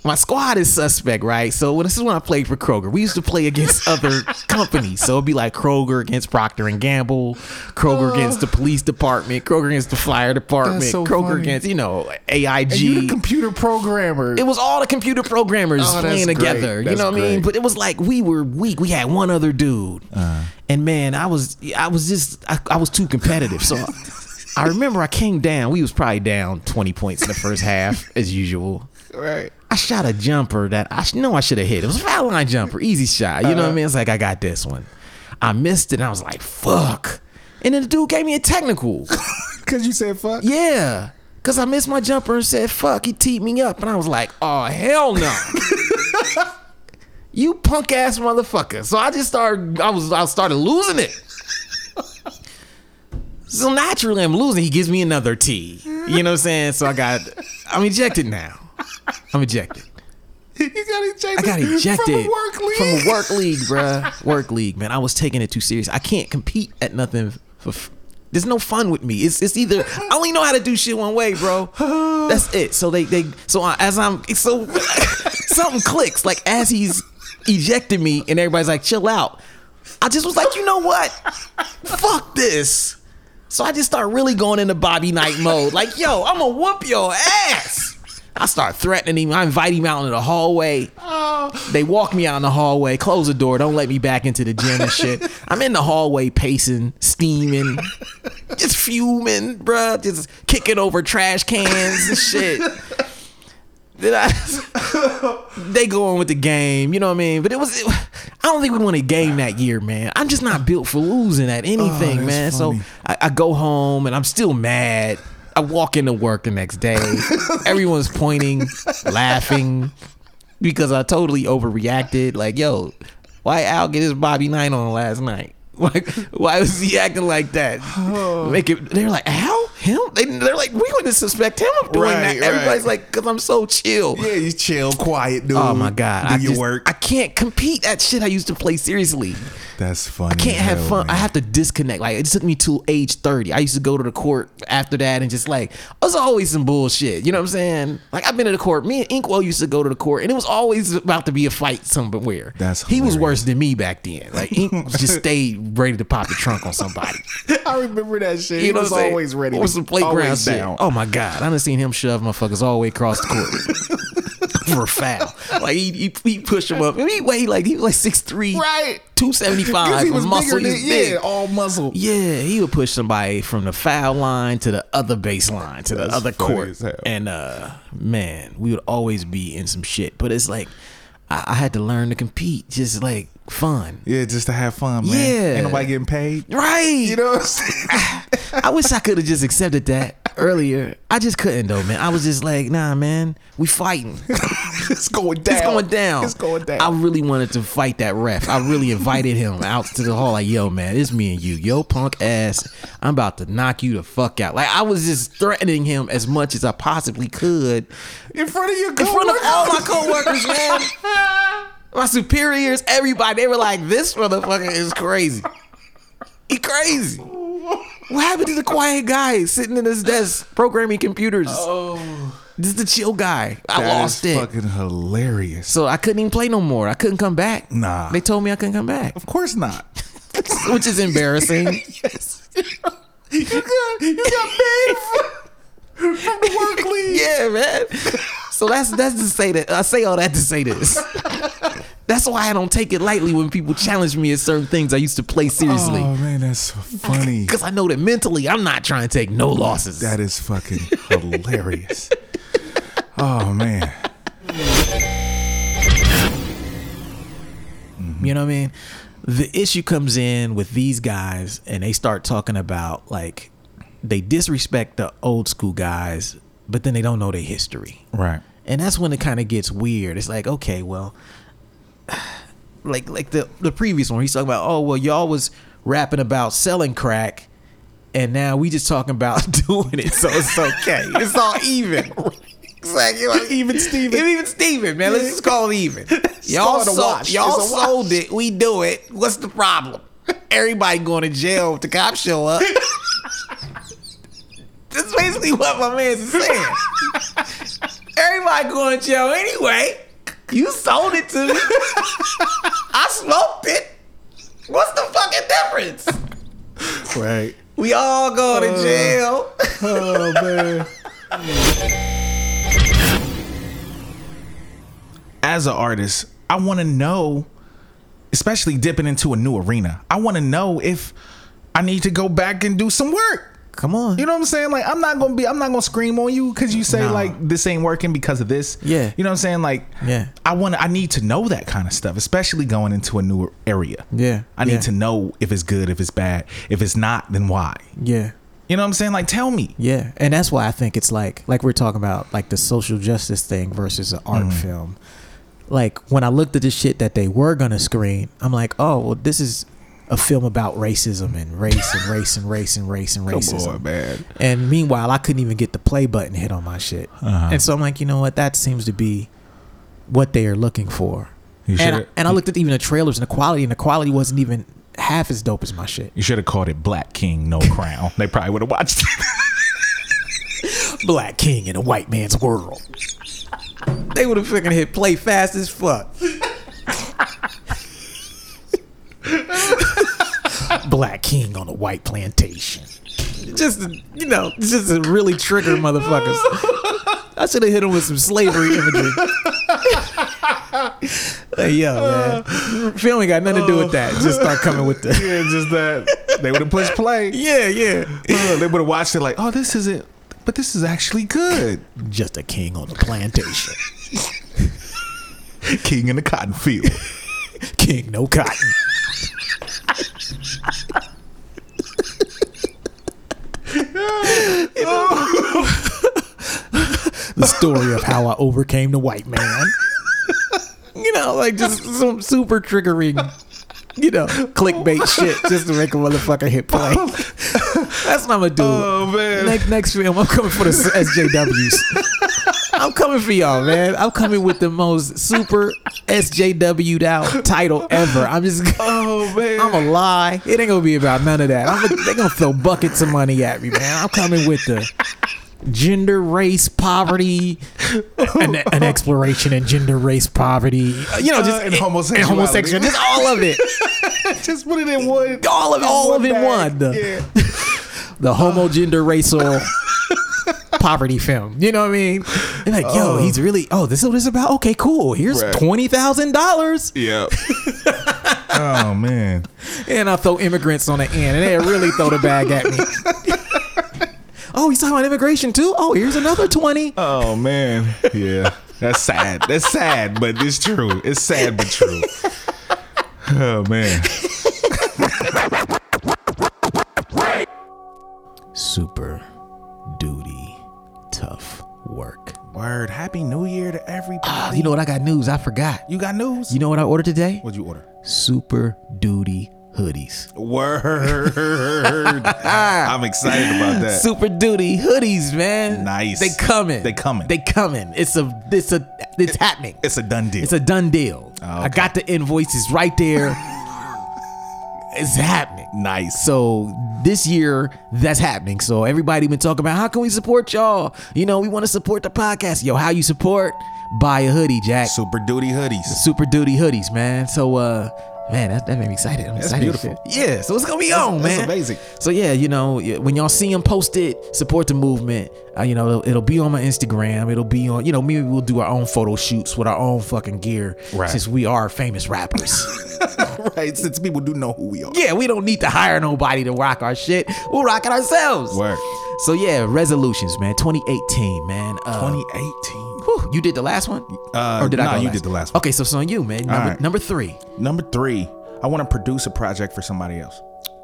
B: My squad is suspect, right? So when- this is when I played for Kroger. We used to play
C: [laughs]
B: against other companies, so it'd be like Kroger against Procter and Gamble, Kroger against the police department, Kroger against the fire department,
C: so
B: Kroger
C: funny.
B: against you know AIG.
C: [laughs] You the computer programmer.
B: It was all the computer programmers
C: Oh, that's
B: playing
C: great.
B: together. You
C: That's
B: know what I mean?
C: great. Uh-huh.
B: But it was like we were weak. We had one other dude, and man, I was I was just I, I was too competitive.
C: [laughs]
B: So I remember I came down. We was probably down twenty points in the first half, as usual.
C: right.
B: I shot a jumper that I sh- know I should have hit. It was a foul line jumper, easy shot. You know what I mean? It's like I got this one. I missed it. and I was like, fuck. And then the dude gave me a technical.
C: Cause you said fuck.
B: Yeah. Cause I missed my jumper and said, fuck, he teed me up. And I was like, oh hell no. you punk ass motherfucker. So I just started I was I started losing it. so naturally I'm losing. He gives me another tee. You know what I'm saying? So I got I'm ejected now. I'm ejected.
C: [laughs] You got ejected.
B: I got ejected
C: [laughs] from a work league.
B: from a
C: [laughs]
B: work league, bruh. work league, man. I was taking it too serious. I can't compete at nothing. For f- There's no fun with me. It's it's either I only know how to do shit one way, bro. That's it. So they they so I, as I'm so [laughs] something clicks like as he's ejected me and everybody's like chill out. I just was like, you know what? Fuck this. So I just start really going into Bobby Knight mode. Like, yo, I'm gonna whoop your ass. I start threatening him. I invite him out into the hallway.
C: Oh.
B: They walk me out in the hallway, close the door, don't let me back into the gym and shit. I'm in the hallway pacing, steaming, just fuming, bruh, just kicking over trash cans and shit. Then I, [laughs] they go on with the game, you know what I mean? But it was, it- I don't think we won a game that year, man. I'm just not built for losing at anything,
C: Oh, that's
B: man.
C: funny.
B: So I, I go home and I'm still mad. I walk into work the next day.
C: [laughs]
B: Everyone's pointing, laughing because I totally overreacted. Like, yo, why Al get his Bobby Knight on last night? [laughs] Like, why was he acting like that?
C: Oh.
B: Make it. They're like Al him. They, they're like, we wouldn't suspect him of doing
C: Right,
B: that. Everybody's
C: right.
B: like, because I'm so chill.
C: Yeah, you chill, quiet, dude.
B: Oh my god!
C: Mm. Do
B: I
C: your
B: just-
C: work.
B: I can't compete at shit I used to play seriously
C: That's funny.
B: can't
C: as
B: have
C: hell,
B: fun. I
C: man.
B: have to disconnect. Like it took me till age thirty. I used to go to the court after that and just like it was always some bullshit. You know what I'm saying? Like I've been to the court. Me and Inkwell used to go to the court, and it was always about to be a fight somewhere.
C: That's
B: he was
C: hilarious.
B: worse than me back then. Like Ink
C: [laughs]
B: just stayed ready to pop the trunk on somebody.
C: I remember that shit.
B: You
C: he
B: know
C: was
B: what I'm saying?
C: always ready.
B: It was some playground
C: always
B: shit.
C: down.
B: Oh my god, I done seen him shove motherfuckers all the way across the court.
C: [laughs]
B: For a foul, like he, he, he pushed him up. And he weighed like he was like six three,
C: Right.
B: two seventy
C: [laughs] 'Cause
B: five.
C: he Oh. was
B: muscle,
C: bigger
B: he was
C: than
B: big.
C: yeah, all muscle.
B: Yeah, he would push somebody from the foul line to the other baseline to the
C: That's
B: other
C: funny
B: court,
C: as hell.
B: and uh, man, we would always be in some shit. But it's like I, I had to learn to compete, just like fun,
C: Yeah, just to have fun, man.
B: Yeah.
C: Ain't nobody getting paid.
B: right?
C: You know what
B: [laughs]
C: I'm saying?
B: I wish I could have just accepted that earlier. I just couldn't though, man. I was just like, nah, man, we fighting.
C: it's going down.
B: It's going down.
C: It's going down.
B: I really wanted to fight that ref. I really invited him out to the hall. Like, yo, man, it's me and you. Yo, punk ass. I'm about to knock you the fuck out. Like, I was just threatening him as much as I possibly could
C: in front of your
B: in front of all my
C: coworkers. [laughs]
B: coworkers, man. My superiors, everybody. They were like, this motherfucker is crazy.
C: He crazy.
B: What happened to the quiet guy sitting in his desk programming computers? Oh, this is the chill guy. I
C: That
B: lost
C: is
B: it,
C: Fucking hilarious.
B: so I couldn't even play no more. I couldn't come back.
C: Nah.
B: they told me I couldn't come back,
C: Of
B: [laughs]
C: course not.
B: which is
C: [laughs]
B: embarrassing.
C: yes. you got you got paid from, from the
B: [laughs]
C: work leave.
B: yeah, man. So that's that's to say that I say all that to say this. That's why I don't take it lightly when people challenge me at certain things I used to play seriously.
C: Oh man, that's so
B: [laughs]
C: funny.
B: Because I know that mentally I'm not trying to take no losses.
C: That is fucking hilarious. oh man.
B: You know what I mean? The issue comes in with these guys, and they start talking about like they disrespect the old school guys, but then they don't know their history.
C: Right.
B: And that's when it kind of gets weird. It's like, okay, well, like like the the previous one, he's talking about, oh well, y'all was rapping about selling crack, and now we just talking about [laughs] doing it, so it's okay, it's all even. [laughs] Exactly, like, [laughs] even Steven. Even Steven, man. Let's [laughs] just call it even. Y'all
C: it a
B: sold,
C: wash.
B: y'all
C: It's a wash.
B: sold it. We do it. What's the problem? Everybody going to jail if the cops show [laughs] up. That's basically what my man's is saying. [laughs] Everybody going to jail anyway. You sold it to me. I smoked it. What's the fucking difference?
C: Right.
B: We all going to jail.
C: Oh man. As an artist, I want to know, especially dipping into a new arena. I want to know if I need to go back and do some work.
B: Come on.
C: You know what I'm saying? Like I'm not gonna be I'm not gonna scream on you because you say
B: Nah.
C: like this ain't working because of this.
B: Yeah.
C: You know what I'm saying? Like
B: Yeah.
C: I wanna I need to know that kind of stuff, especially going into a new area.
B: Yeah.
C: I need
B: Yeah.
C: to know if it's good, if it's bad. If it's not, then why?
B: yeah.
C: You know what I'm saying? Like tell me.
B: Yeah, and that's why I think it's like like we're talking about like the social justice thing versus an art
C: Mm-hmm.
B: film. Like when I looked at the shit that they were gonna screen, I'm like, oh, well, this is a film about racism and race and race and race and race and racism.
C: Oh, man.
B: And meanwhile, I couldn't even get the play button hit on my shit. And so I'm like, you know what? That seems to be what they are looking for.
C: You
B: and, I,
C: should've-
B: and I looked at even the trailers and the quality, and the quality wasn't even half as dope as my shit.
C: You should have called it Black King, No Crown. They probably would have watched it.
B: black king in a white man's world. They would have fucking hit play fast as fuck. black king on a white plantation. Just to, you know, just to really trigger motherfuckers. I should have hit him with some slavery imagery. hey, yo, man. Film ain't got nothing to do with that. Just start coming with the.
C: [laughs] yeah, just that. They would have pushed [laughs] play.
B: Yeah, yeah.
C: Uh, they would have watched it like, oh, this isn't, but this is actually good.
B: Just a king on a plantation.
C: King in the cotton field.
B: King No Cotton. the story of how I overcame the white man. You know, like just some super triggering, you know, clickbait shit just to make a motherfucker hit play. That's what I'm gonna do.
C: [laughs] Oh, man.
B: Next, next film, I'm coming for the SJWs. I'm coming for y'all, man. I'm coming with the most super SJW'd out title ever. I'm just,
C: Oh, man.
B: I'm a lie. It ain't gonna be about none of that. I'm a, they gonna throw buckets of money at me, man. I'm coming with the gender, race, poverty, an, an exploration in gender, race, poverty. You know, just
C: Uh, and
B: it-
C: homosexuality.
B: and homosexual- just all of it.
C: [laughs] just put it in one.
B: All of all of it in one. The,
C: Yeah.
B: the homo gender racial [laughs] poverty film. You know what I mean? They're like, yo, he's really oh, this is what it's about? Okay, cool. Here's
C: Right.
B: twenty thousand dollars.
C: [laughs] Yep. oh man.
B: And I throw immigrants on the end and they really throw the bag at me. [laughs] oh, he's talking about immigration too? Oh, here's another twenty.
C: Oh man. Yeah. That's sad. That's sad, but it's true. It's sad but true. [laughs] Oh man.
B: Super duty tough work.
C: Word. Happy New Year to everybody.
B: Oh, You know what I got news, I forgot.
C: you got news?
B: You know what I ordered today?
C: What'd you order?
B: Super duty hoodies.
C: [laughs] Word. I'm excited about that.
B: Super Duty hoodies, man.
C: Nice.
B: They coming.
C: They coming.
B: They coming. It's a. It's a. It's happening.
C: it's a done deal.
B: It's a done deal.
C: Ah, okay. [laughs]
B: I got the invoices right there. it's happening.
C: Nice.
B: So this year, that's happening. So everybody been talking about how can we support y'all? You know, we want to support the podcast. Yo, how you support? Buy a hoodie, Jack.
C: Super duty hoodies.
B: Super duty hoodies, man. So uh man, that, that made me excited. I'm excited.
C: beautiful.
B: Yeah, so it's gonna be on,
C: that's
B: man.
C: amazing.
B: So yeah, you know, y- when y'all see them posted, support the movement. Uh, you know, it'll, it'll be on my Instagram. It'll be on, you know, maybe we'll do our own photo shoots with our own fucking gear,
C: Right.
B: since we are famous rappers.
C: [laughs]
B: [laughs]
C: right. Since people do know who we are.
B: yeah, we don't need to hire nobody to rock our shit. We'll rock it ourselves.
C: Work.
B: So yeah, resolutions, man. 2018, man. Uh,
C: 2018.
B: whew, you did the last one,
C: Uh, nah,
B: go
C: you did the last one.
B: Okay, so it's on you, man. Number,
C: right.
B: number three.
C: Number three, I want to produce a project for somebody else.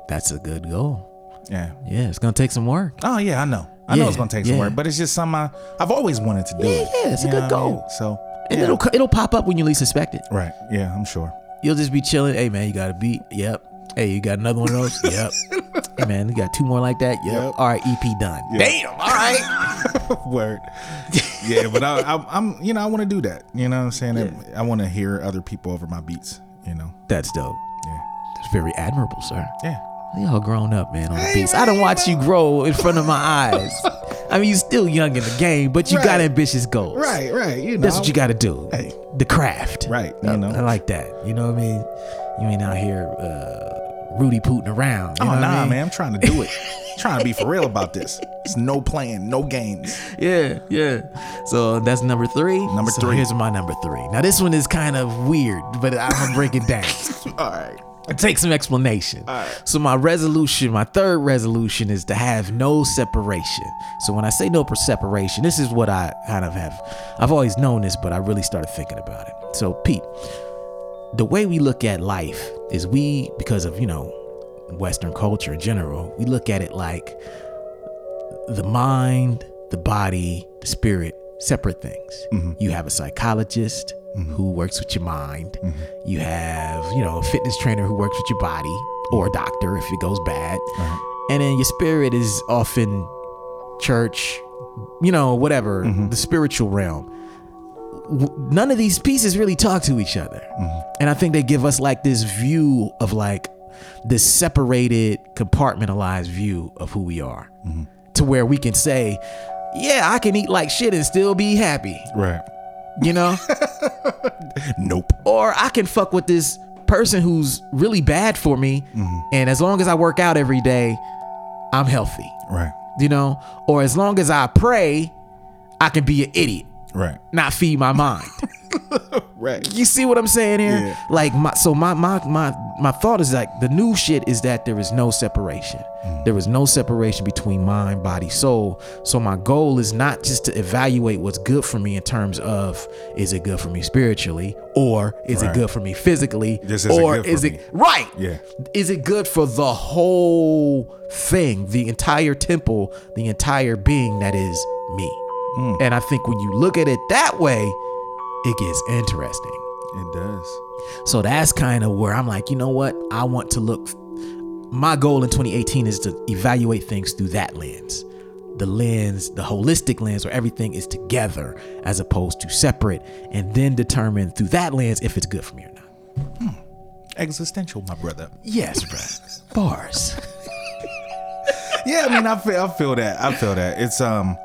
B: That's a good goal.
C: Yeah.
B: Yeah, it's gonna take some work.
C: Oh yeah, I know. I know
B: Yeah,
C: it's gonna take some
B: yeah.
C: work, but it's just something I, I've always wanted to do.
B: Yeah,
C: it.
B: yeah, it's a
C: You
B: good
C: know what I mean?
B: goal.
C: So
B: And
C: yeah.
B: it'll it'll pop up when you least expect it.
C: right. Yeah, I'm sure.
B: You'll just be chilling. Hey man, you got a beat. Yep. Hey, you got another one of those. [laughs] yep. Hey man, you got two more like that. Yep.
C: Yep.
B: All right, EP done. Damn. All right.
C: [laughs] Word. Yeah, but I, I, I'm, you know, I want to do that. You know what I'm saying? I, want to hear other people over my beats. You know?
B: That's dope.
C: Yeah.
B: That's very admirable, sir.
C: Yeah.
B: We all grown up, man, on the beats. I don't watch you grow in front of my eyes. I mean, you still young in the game, but you got
C: Right.
B: ambitious goals.
C: Right. Right. You know.
B: That's what you got to do.
C: Hey.
B: The craft.
C: Right, you
B: I,
C: know.
B: I like that. You know what I mean? You ain't out here uh, Rudy Putin around. You
C: Oh
B: know what I
C: nah,
B: mean?
C: man. I'm trying to [laughs] do it. trying to be for real about this. It's no playing, no games.
B: yeah, yeah. So that's number three.
C: Number
B: So
C: three.
B: Here's my number three. Now this one is kind of weird, but I'm gonna break it
C: [laughs]
B: down.
C: All right.
B: Take some explanation. So my resolution, my third resolution, is to have no separation. So when I say no per separation, this is what I kind of have. I've always known this, but I really started thinking about it. So Pete, the way we look at life is we because of you know western culture in general we look at it like the mind the body the spirit separate things you have a psychologist who works with your mind you have you know a fitness trainer who works with your body or a doctor if it goes bad and then your spirit is often church you know whatever the spiritual realm w- none of these pieces really talk to each other. And I think they give us like this view of like this separated, compartmentalized view of who we are to where we can say, yeah, I can eat like shit and still be happy,
C: Right.
B: you know?
C: Nope.
B: or I can fuck with this person who's really bad for me. And as long as I work out every day, I'm healthy,
C: Right.
B: you know? Or as long as I pray, I can be an idiot,
C: Right.
B: not feed my mind.
C: Right.
B: You see what I'm saying here?
C: Yeah.
B: Like my so my my my my thought is like the new shit is that there is no separation.
C: Mm.
B: There is no separation between mind, body, soul. So my goal is not just to evaluate what's good for me in terms of is it good for me spiritually or is
C: Right.
B: it good for me physically
C: This isn't
B: or
C: good for
B: is
C: me.
B: it right?
C: Yeah.
B: Is it good for the whole thing, the entire temple, the entire being that is me? And I think when you look at it that way, it gets interesting.
C: It does.
B: So that's kind of where I'm like, you know what? I want to look. My goal in 2018 is to evaluate things through that lens. The lens, the holistic lens where everything is together as opposed to separate, and then determine through that lens if it's good for me or not.
C: Existential, my brother.
B: Yes, bruh. Bars.
C: yeah, I mean, I feel, I feel that. I feel that. It's um,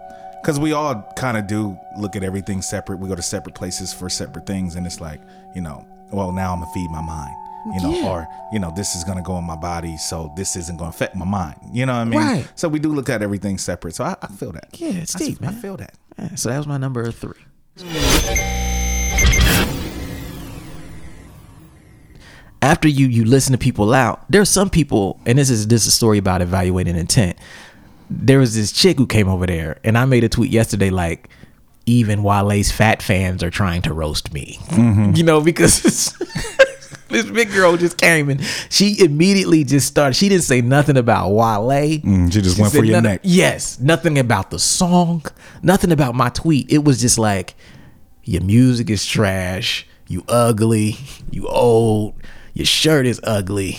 C: because we all kind of do look at everything separate. We go to separate places for separate things, and it's like, you know, well, now I'm gonna feed my mind, you know,
B: Yeah.
C: or you know, this is gonna go in my body, so this isn't gonna affect my mind. You know what I mean?
B: Right.
C: So we do look at everything separate. So I, I feel that.
B: Yeah, it's
C: I,
B: deep,
C: I
B: man. [laughs]
C: feel that.
B: Yeah, so that was my number three. After you you listen to people out, there are some people, and this is this is a story about evaluating intent. There was this chick who came over there, and I made a tweet yesterday like, even Wale's fat fans are trying to roast me. [laughs] You know, because [laughs] this big girl just came and she immediately just started. She didn't say nothing about Wale.
C: Mm, she just went
B: Said
C: for your
B: none-
C: neck.
B: Yes, nothing about the song, nothing about my tweet. It was just like, your music is trash, you ugly, you old, your shirt is
C: [laughs]
B: ugly,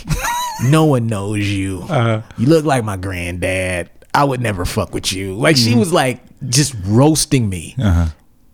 B: no one knows you,
C: Uh-huh.
B: you look like my
C: Mm-hmm. Uh-huh.
B: granddad. I would never fuck with you. Like she was like just roasting me.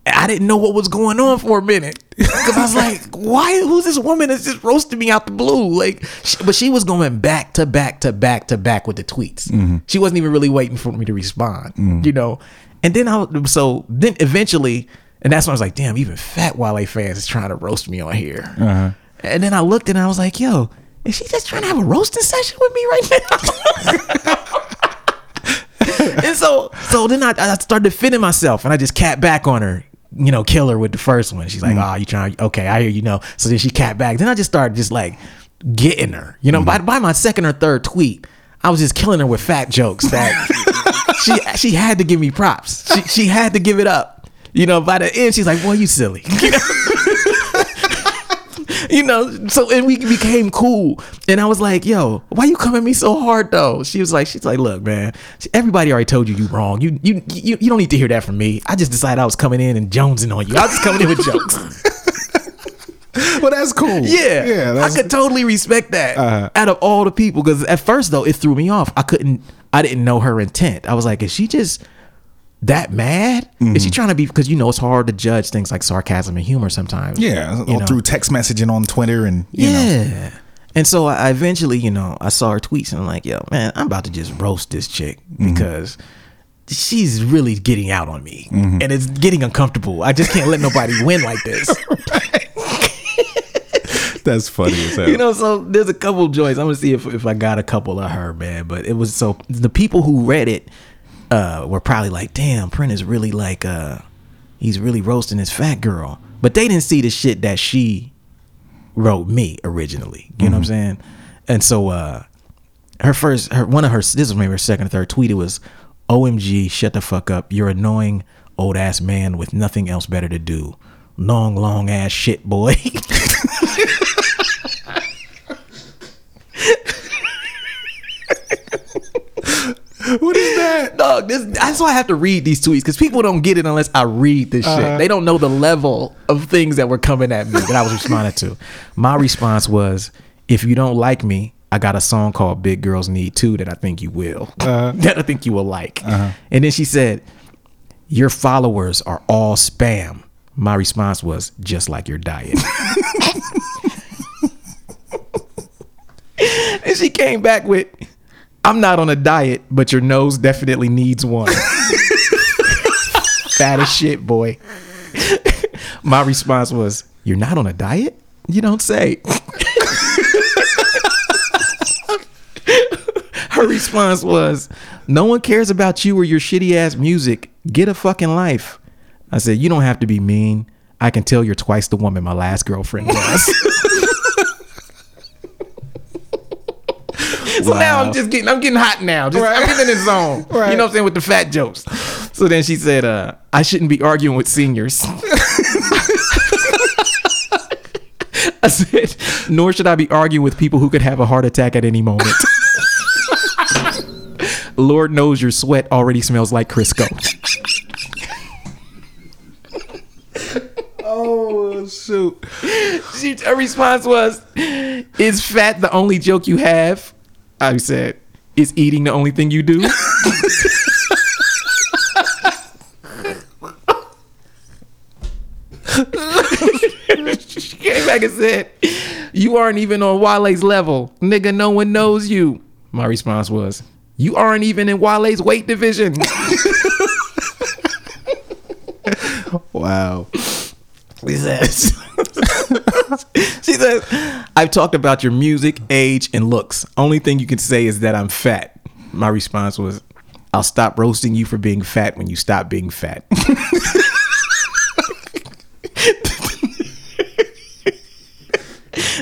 B: I didn't know what was going on for a minute [laughs] because I was like, "Why? Who's this woman that's just roasting me out the blue?" Like, sh but she was going back to back to back to back with the tweets. She wasn't even really waiting for me to respond, you know. And then I was- so then eventually, and that's when I was like, "Damn, even Fat Wale fans is trying to roast me on here." And then I looked and I was like, "Yo." Is she just trying to have a roasting session with me right now? [laughs] and so so then I, I started defending myself and I just cat back on her. You know, kill her with the first one. She's like, "Ah, you trying? Okay, I hear you know." So then she cat back. Then I just started just like getting her. You know, by by my second or third tweet, I was just killing her with fat jokes that she she had to give me props. She she had to give it up. You know, by the end, she's like, "Well, you silly." You know? you know so and we became cool and i was like yo why you coming at me so hard though she was like she's like look man she- everybody already told you you wrong you you you, you don't need to hear that from me i just decided i was coming in and jonesing on you i was just coming in with jokes
C: [laughs] Well, that's cool.
B: yeah
C: yeah.
B: i
C: That's, Uh-huh.
B: could totally respect that out of all the people because at first though it threw me off i couldn't i didn't know her intent i was like is she just that mad is she
C: Mm-hmm.
B: trying to be because you know it's hard to judge things like sarcasm and humor sometimes
C: yeah,
B: you
C: or
B: know?
C: through text messaging on Twitter and you know.
B: yeah. And so I I eventually, you know, I saw her tweets and I'm like, yo, man, I'm about to just roast this chick
C: Mm-hmm.
B: because she's really getting out on me
C: Mm-hmm.
B: and it's getting uncomfortable. I just can't let nobody win like
C: [laughs]
B: this.
C: That's
B: [laughs]
C: funny as hell.
B: You know, so there's a couple joints. I'm gonna see if, if I got a couple of her, man. But it was so the people who read it uh were probably like, damn, Print is really like uh he's really roasting this fat girl. But they didn't see the shit that she wrote me originally. You know what I'm saying? And so uh her first her one of her this was maybe her second or third tweet, it was OMG, shut the fuck up. You're annoying old ass man with nothing else better to do. Long, long ass shit boy. [laughs]
C: what is that?
B: Dog, this, that's why I have to read these tweets because people don't get it unless I read this shit. They don't know the level of things that were coming at me that I was responding to. My response was, if you don't like me, I got a song called Big Girls Need Two that I think you will, [laughs] that I think you will like. And then she said, your followers are all spam. My response was, just like your diet. [laughs] and she came back with, I'm not on a diet, but your nose definitely needs one. Fat as shit, boy. My response was, You're not on a diet? You don't say. Her response was, No one cares about you or your shitty ass music. Get a fucking life. I said, You don't have to be mean. I can tell you're twice the woman my last girlfriend was. so now I'm just getting I'm getting hot now. Just, I'm getting in the zone. You know what I'm saying? With the fat jokes. So then she said, uh, I shouldn't be arguing with seniors. [laughs] I said, nor should I be arguing with people who could have a heart attack at any moment. Lord knows your sweat already smells like Crisco.
C: Oh shoot!
B: She, her response was, Is fat the only joke you have? I said, Is eating the only thing you do? she came back and said, You aren't even on Wale's level. Nigga, no one knows you. My response was, You aren't even in Wale's weight division. [laughs]
C: Wow.
B: She says, [laughs] she says, I've talked about your music, age, and looks. Only thing you can say is that I'm fat. My response was, I'll stop roasting you for being fat when you stop being fat. [laughs]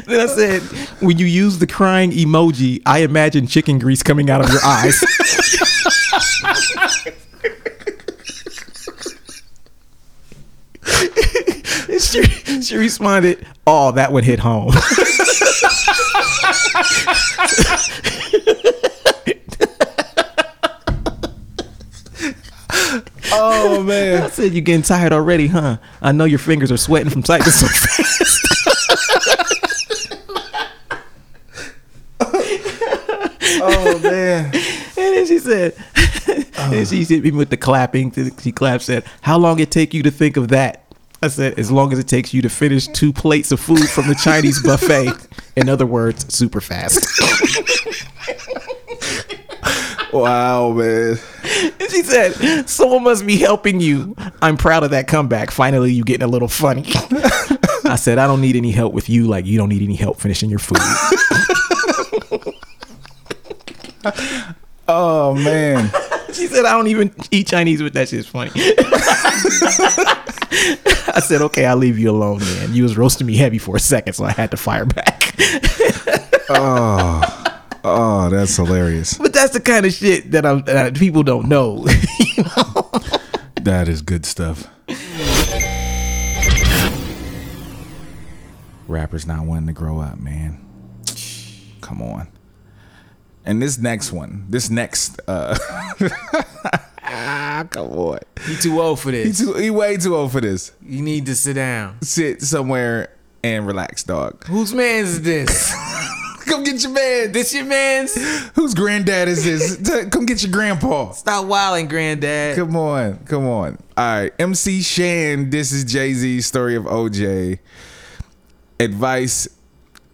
B: then I said, when you use the crying emoji, I imagine chicken grease coming out of your eyes. [laughs] she, she responded, "Oh, that would hit home." [laughs]
C: Oh man.
B: I said, "You getting tired already, huh? I know your fingers are sweating from sight to sight."
C: Oh man.
B: and then she said, and she hit me with the clapping. She clapped, said, "How long it take you to think of that?" I said, as long as it takes you to finish two plates of food from the Chinese buffet. In other words, super fast. [laughs]
C: Wow, man.
B: And she said, someone must be helping you. I'm proud of that comeback. Finally, you getting a little funny. [laughs] I said, I don't need any help with you. Like, you don't need any help finishing your food.
C: Oh man.
B: She said, I don't even eat Chinese, but that shit's funny. [laughs] I said, okay, I'll leave you alone, man. You was roasting me heavy for a second, so I had to fire back. [laughs]
C: Oh, that's hilarious.
B: but that's the kind of shit that, I'm, that people don't know.
C: That is good stuff. Rappers not wanting to grow up, man. Come on. And this next one, this next, uh, Ah, come on.
A: You too old for
B: [laughs]
C: He,
A: this.
C: too, he way too old for this.
A: You need to sit down.
C: Sit somewhere and relax, dog.
A: Whose man's
B: [laughs]
A: is this?
C: Come get your man.
A: this your man's?
C: Whose granddad is this? T- Come get your grandpa.
A: Stop wilding, granddad.
C: Come on, come on. All right, MC Shan. This is Jay Z's story of OJ. Advice,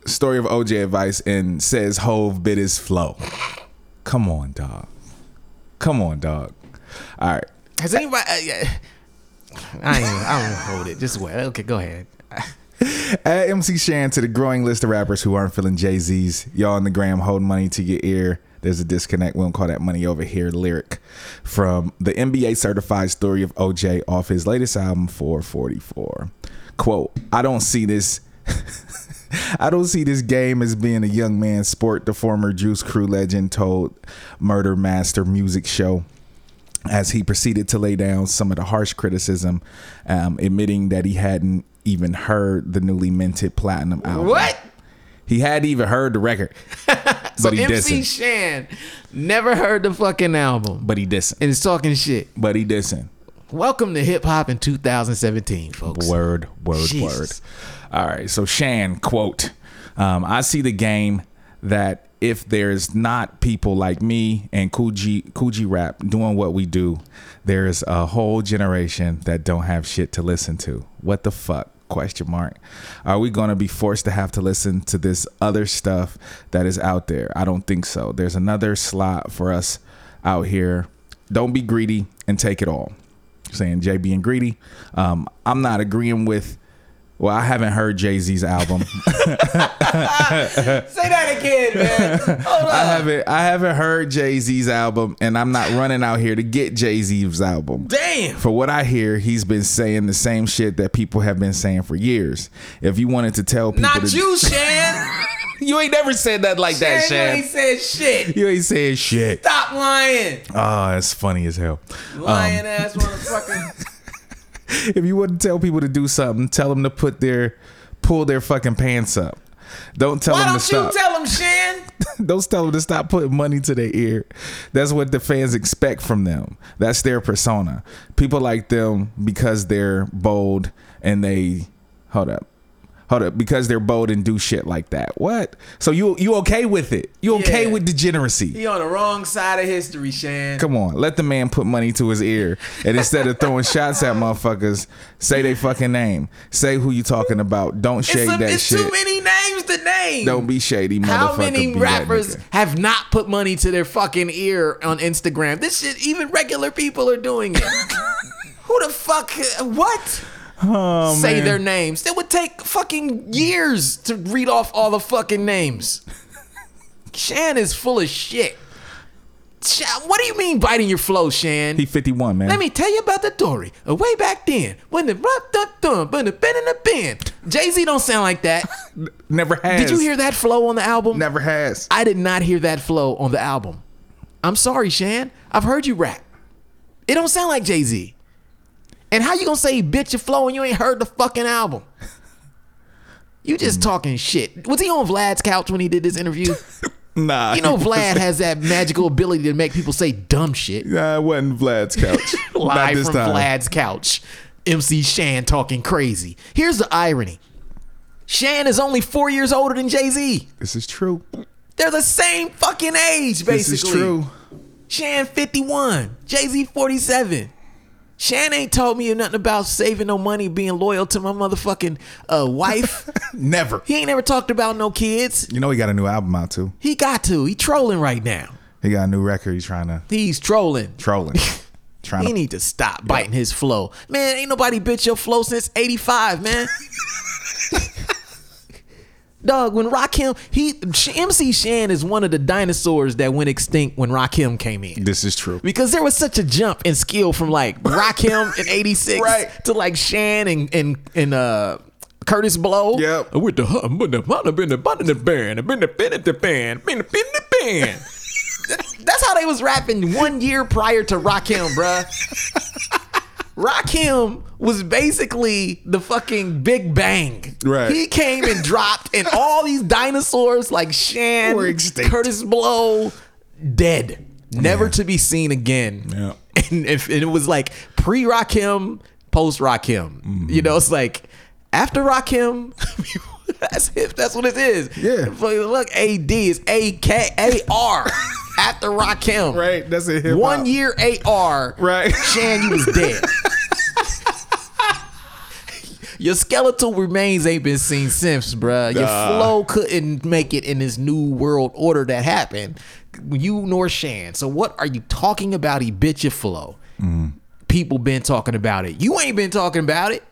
C: story of OJ advice, and says Hove bit his flow. Come on, dog. Come on, dog. All right.
A: Has anybody? Uh, yeah. I ain't, I don't hold it. Just wait. Okay, go ahead.
C: Add MC Shan to the growing list of rappers who aren't feeling Jay Z's. Y'all on the gram, hold money to your ear. There's a disconnect. We don't call that money over here lyric from the NBA certified story of OJ off his latest album, 444. Quote, I don't see this. [laughs] I don't see this game as being a young man's sport, the former Juice Crew legend told Murder Master Music Show as he proceeded to lay down some of the harsh criticism, um, admitting that he hadn't even heard the newly minted platinum album.
A: What?
C: He hadn't even heard the
A: [laughs]
C: record,
A: So
C: but he
A: MC
C: dissing.
A: Shan never heard the fucking album
C: But he dissing.
A: and is talking shit.
C: But he dissing.
A: Welcome to hip hop in 2017, folks.
C: Word, word,
A: Jesus.
C: word. All right. So Shan quote, um, I see the game that if there's not people like me and Coogee Coogee Rap doing what we do, there's a whole generation that don't have shit to listen to. What the fuck? Question mark. Are we gonna be forced to have to listen to this other stuff that is out there? I don't think so. There's another slot for us out here. Don't be greedy and take it all saying Jay being greedy. Um, I'm not agreeing with. Well, I haven't heard Jay Z's album.
A: Say that again, man. Hold
C: I [laughs]
A: on.
C: haven't. I haven't heard Jay Z's album, and I'm not running out here to get Jay Z's album.
A: Damn.
C: For what I hear, he's been saying the same shit that people have been saying for years. If you wanted to tell people,
A: Not
C: to- [laughs]
A: you, Shan.
C: You ain't never said that like that,
A: Shan, you ain't
C: Shan.
A: said shit.
C: You ain't saying shit.
A: Stop lying.
C: Oh, that's funny as hell.
A: Lying ass motherfucker.
C: if you want to tell people to do something, tell them to put their pull their fucking pants up. Don't tell
A: Why
C: them
A: don't you
C: to stop.
A: tell him, Shan?
C: Those tell them to stop putting money to their ear. That's what the fans expect from them. That's their persona. People like them because they're bold and they hold up. Hold up, because they're bold and do shit like that. What? So you you okay with it? You okay
A: Yeah.
C: with degeneracy?
A: He on the wrong side of history, Shan.
C: Come on, let the man put money to his ear, and instead of
A: [laughs]
C: throwing shots at motherfuckers, say they fucking name, say who you talking about. Don't shade
A: It's, a,
C: that
A: it's
C: shit.
A: too many names to name.
C: Don't be shady, motherfucker.
A: How many
C: Be that
A: rappers
C: nigga.
A: have not put money to their fucking ear on Instagram? This shit, even regular people are
C: [laughs]
A: doing it. Who the fuck? What?
C: Oh,
A: Say
C: man.
A: their names. It would take fucking years to read off all the fucking names. Shan is full of shit. Shan, what do you mean biting your flow, Shan?
C: He 51, man.
A: Let me tell you about the story of way back then when the rock dun dun when the been in the bin. Jay Z don't sound like
C: [laughs]
A: that.
C: Never has.
A: Did you hear that flow on the album?
C: Never has.
A: I did not hear that flow on the album. I'm sorry, Shan. I've heard you rap. It don't sound like Jay Z. And how you gonna say bitch your flow and you ain't heard the fucking album? You just talking shit. Was he on Vlad's couch when he did
C: [laughs]
A: this interview?
C: Nah.
A: You know Vlad has that magical ability to make people say dumb shit.
C: Nah, it wasn't Vlad's
A: [laughs]
C: couch. Not
A: Live
C: this
A: from
C: time.
A: Vlad's couch. MC Shan talking crazy. Here's the irony. Shan is only four years older than Jay Z.
C: This is true.
A: They're the same fucking age, basically.
C: This is true.
A: Shan 51, Jay Z 47. Shan ain't told me nothing about saving no money, being loyal to my motherfucking uh, wife.
C: Never.
A: he ain't never talked about no kids.
C: You know he got a new album out too.
A: He got to. He trolling right now.
C: He got a new record. He's trying to
A: He's trolling. [laughs]
C: trolling, trying
A: He
C: to
A: need to stop biting his flow. Man, ain't nobody bitch your flow since 85, man. [laughs] Dog, when Rakim, he Sh- MC Shan is one of the dinosaurs that went extinct when Rakim came in.
C: [laughs] This is true.
A: Because there was such a jump in skill from like Rakim in 86
C: [laughs] Right.
A: to like Shan and and, and uh Curtis Blow.
C: Yep.
A: With the hum, with the hum, been the button the band, been the been the band, been the been the
C: [laughs]
A: band. That's how they was rapping one year prior to Rakim, bruh. Rakim was basically the fucking Big Bang.
C: Right.
A: He came and dropped, and all these dinosaurs like Shan,
C: Were extinct.
A: Curtis Blow, dead, never to be seen again.
C: Yeah.
A: [laughs] And if and it was like pre Rakim, post Rakim.
C: Mm-hmm.
A: You know, it's like after Rakim. [laughs] That's hip. That's what it is.
C: Yeah.
A: But look, AD is A K A
C: [laughs]
A: R after Rakim.
C: Right, that's a hip-hop.
A: One year AR.
C: Right.
A: Shan, you was dead. Your skeletal remains ain't been seen since, bruh. Your
C: Nah.
A: flow couldn't make it in this new world order that happened. You nor Shan. So what are you talking about? He bitch your flow. People been talking about it. You ain't been talking about it.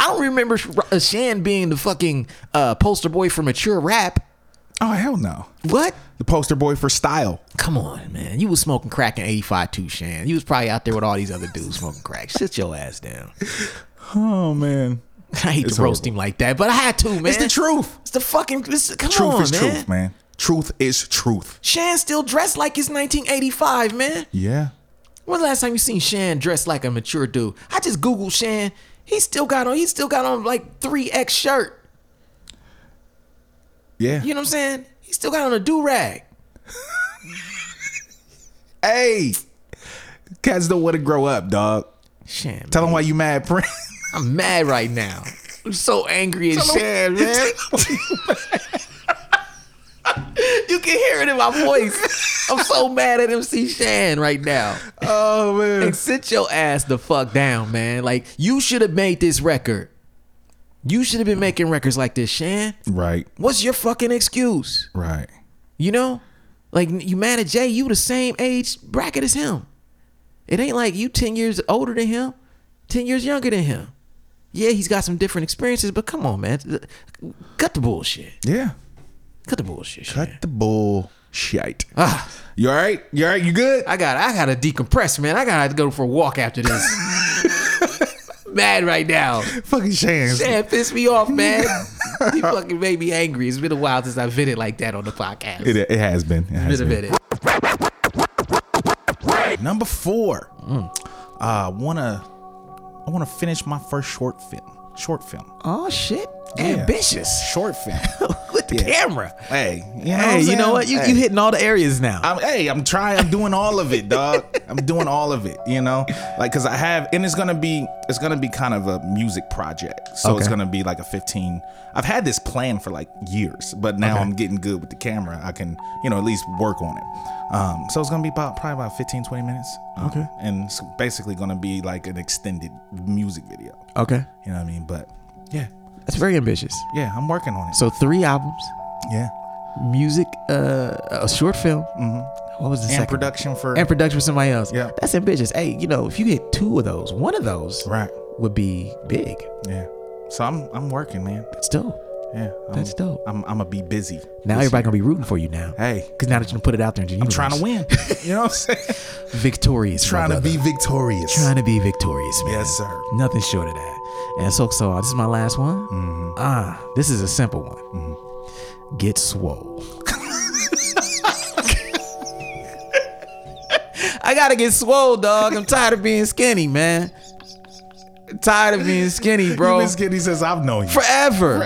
A: I don't remember Sh- uh, Shan being the fucking uh, poster boy for mature rap.
C: Oh hell no!
A: What?
C: The poster boy for style.
A: Come on, man. You was smoking crack in 85 too, Shan. You was probably out there with all these other dudes smoking crack. Sit your ass down.
C: Oh man,
A: [laughs] I hate
C: It's
A: to roast
C: horrible.
A: him like that, but I had to, man.
C: it's the truth.
A: It's the fucking. It's, come
C: Truth
A: on,
C: is
A: man.
C: truth, man. Truth is truth.
A: Shan still dressed like it's 1985, man.
C: Yeah.
A: When's the last time you seen Shan dressed like a mature dude? I just googled Shan. He still got on. He still got on like 3x shirt.
C: Yeah.
A: You know what I'm saying? He still got on a do rag.
C: hey, cats don't want to grow up, dog.
A: Shan, man,
C: Tell them why you mad, Prince.
A: I'm mad right now. I'm so
C: [laughs]
A: angry at Shan, man. [laughs] You can hear it in my [laughs] voice. I'm so mad at MC Shan right now.
C: oh man.
A: [laughs] And sit your ass the fuck down, man. Like you should have made this record. You should have been making records like this, Shan.
C: Right.
A: What's your fucking excuse?
C: Right.
A: You know, like you mad at Jay? You the same age bracket as him. It ain't like you ten years older than him, ten years younger than him. Yeah, he's got some different experiences, but come on, man, cut the bullshit.
C: Yeah.
A: Cut the bullshit. Shan.
C: Cut the bullshit.
A: Ah.
C: You all right? You all right? You good?
A: I got I gotta decompress, man. I gotta go for a walk after this. Mad right now.
C: Fucking Shans.
A: Damn, pissed me off, [laughs] man. He fucking made me angry. It's been a while since I've been it like that on the podcast.
C: It, it has been. It has
A: Been a minute.
C: Number four. Uh, wanna I wanna finish my first short film. Short film.
A: Oh shit.
C: Yeah.
A: Ambitious.
C: Short film.
A: With the
C: Yeah.
A: camera.
C: [laughs] hey, you know
A: Hey,
C: what I'm
A: you know
C: saying?
A: what? You
C: Hey.
A: you hitting all the areas now.
C: I'm, hey, I'm trying. I'm doing all of it, dog. I'm doing all of it, you know, like because I have, and it's gonna be, it's gonna be kind of a music project. So it's
A: Okay.
C: gonna be like a 15. I've had this plan for like years, but now I'm getting good with the camera. I can, you know, at least work on it. Um, so it's gonna be about probably about 15, 20 minutes. okay. And it's basically gonna be like an extended music video.
A: okay.
C: You know what I mean? But yeah,
A: That's very ambitious.
C: yeah, I'm working on it.
A: So three albums,
C: yeah.
A: music, uh, a short film. What was the
C: And
A: Mm-hmm. second? one?
C: production for
A: and production for somebody else.
C: Yeah.
A: That's ambitious. Hey, you know, if you get two of those, one of those
C: right.
A: would be big.
C: Yeah. So I'm I'm working, man.
A: That's dope.
C: Yeah, I'm,
A: That's dope.
C: I'm, I'm gonna be busy.
A: Now everybody gonna be rooting for you now.
C: Hey,
A: Cause now that you can put it out there into the universe,
C: trying to
A: [laughs]
C: win. You know what I'm saying?
A: victorious, my
C: trying to
A: brother.
C: be victorious.
A: trying to be victorious, man.
C: Yes, sir.
A: Nothing short of that. And so, so uh, this is my last one. Ah, this is a simple one. Get swole. [laughs] I gotta get swole, dog. I'm tired of being skinny, man. Tired of being skinny, bro.
C: Bro, Miss Kitty says I've known you.
A: forever.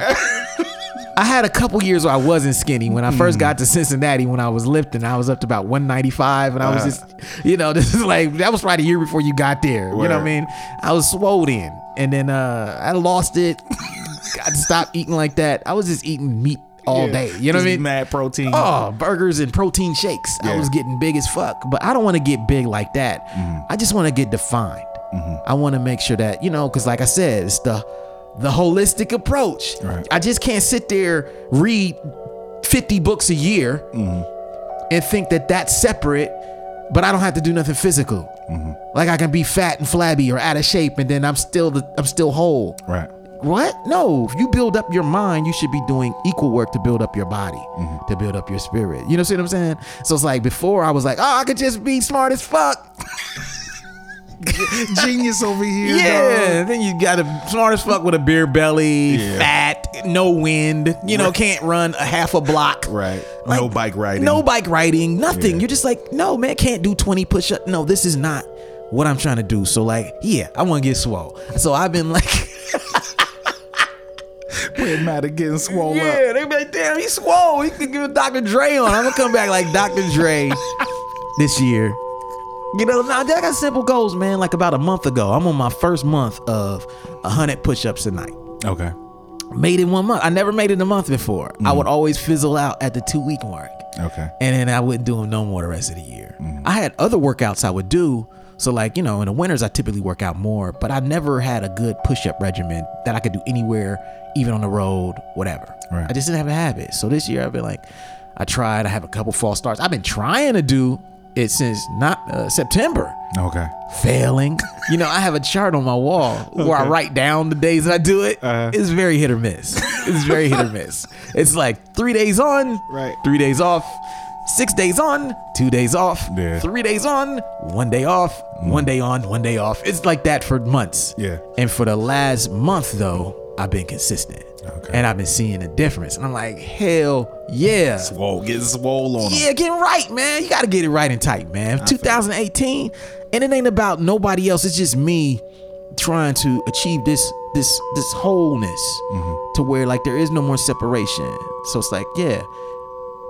A: I had a couple years where I wasn't skinny. When I
C: Hmm.
A: first got to Cincinnati, when I was lifting, I was up to about 195, and I was
C: Uh.
A: just, you know, [laughs] this is like that was probably the year before you got there. You know what I
C: Word.
A: mean? I was swole in, and then uh, I lost it. [laughs] got to stop eating like that. I was just eating meat all
C: Yeah.
A: day. You know what
C: Just
A: I mean?
C: Mad protein.
A: Oh, burgers and protein shakes. I
C: Yeah. Mm-hmm.
A: was getting big as fuck, but I don't want to get big like that. I just want to get defined. I want to make sure that you know, because like I said, it's the the holistic approach.
C: Right.
A: I just can't sit there read fifty books a year
C: Mm-hmm.
A: and think that that's separate. But I don't have to do nothing physical.
C: Mm-hmm.
A: Like I can be fat and flabby or out of shape, and then I'm still the, I'm still whole. [laughs]
C: Right.
A: What? No. If you build up your mind, you should be doing equal work to build up your body, to build up your spirit. You know see what I'm saying? So it's like before I was like, oh, I could just be smart as fuck.
C: Genius over here. dog.
A: Yeah. Then you got a smart as fuck with a beer belly,
C: Yeah.
A: fat, no wind, you know, can't run a half a block.
C: Right. no bike riding. [laughs]
A: No bike riding, nothing.
C: Yeah.
A: You're just like, no, man, can't do 20 push up. No, this is not what I'm trying to do. So like, yeah, I want to get swole. So I've been like
C: It matter getting swole up.
A: [laughs] Yeah, they be like, damn, he swole. He could give a Dr. Dre on. I'm gonna come back like Dr. Dre this year. You know, now I got simple goals, man. Like about a month ago, I'm on my first month of 100 push-ups a night.
C: Okay.
A: Made it one month. I never made it a month before. I would always fizzle out at the two-week mark,
C: Okay.
A: and then I wouldn't do them no more the rest of the year. I had other workouts I would do. So like you know, in the winters I typically work out more, but I never had a good push-up regimen that I could do anywhere, even on the road, whatever.
C: Right.
A: I just didn't have a habit. So this year I've been like, I tried. I have a couple false starts. I've been trying to do it since not uh, September,
C: Okay.
A: failing. you know, I have a chart on my wall where I write down the days that I do it.
C: Uh-huh.
A: It's very hit or miss. It's very
C: [laughs]
A: hit or miss. It's like three days on,
C: Right.
A: Three days off, six days on, two days off,
C: Yeah. Mm.
A: three days on, one day off, one day on, one day off. It's like that for months.
C: Yeah.
A: And for the last month though, I've been consistent.
C: Okay.
A: And I've been seeing a difference. And I'm like, hell yeah.
C: Swole. Getting swole on 'em.
A: Yeah, getting right, man. You got to get it right and tight, man. 2018, and it ain't about nobody else. It's just me trying to achieve this this this wholeness
C: Mm-hmm.
A: to where like there is no more separation. So it's like, yeah,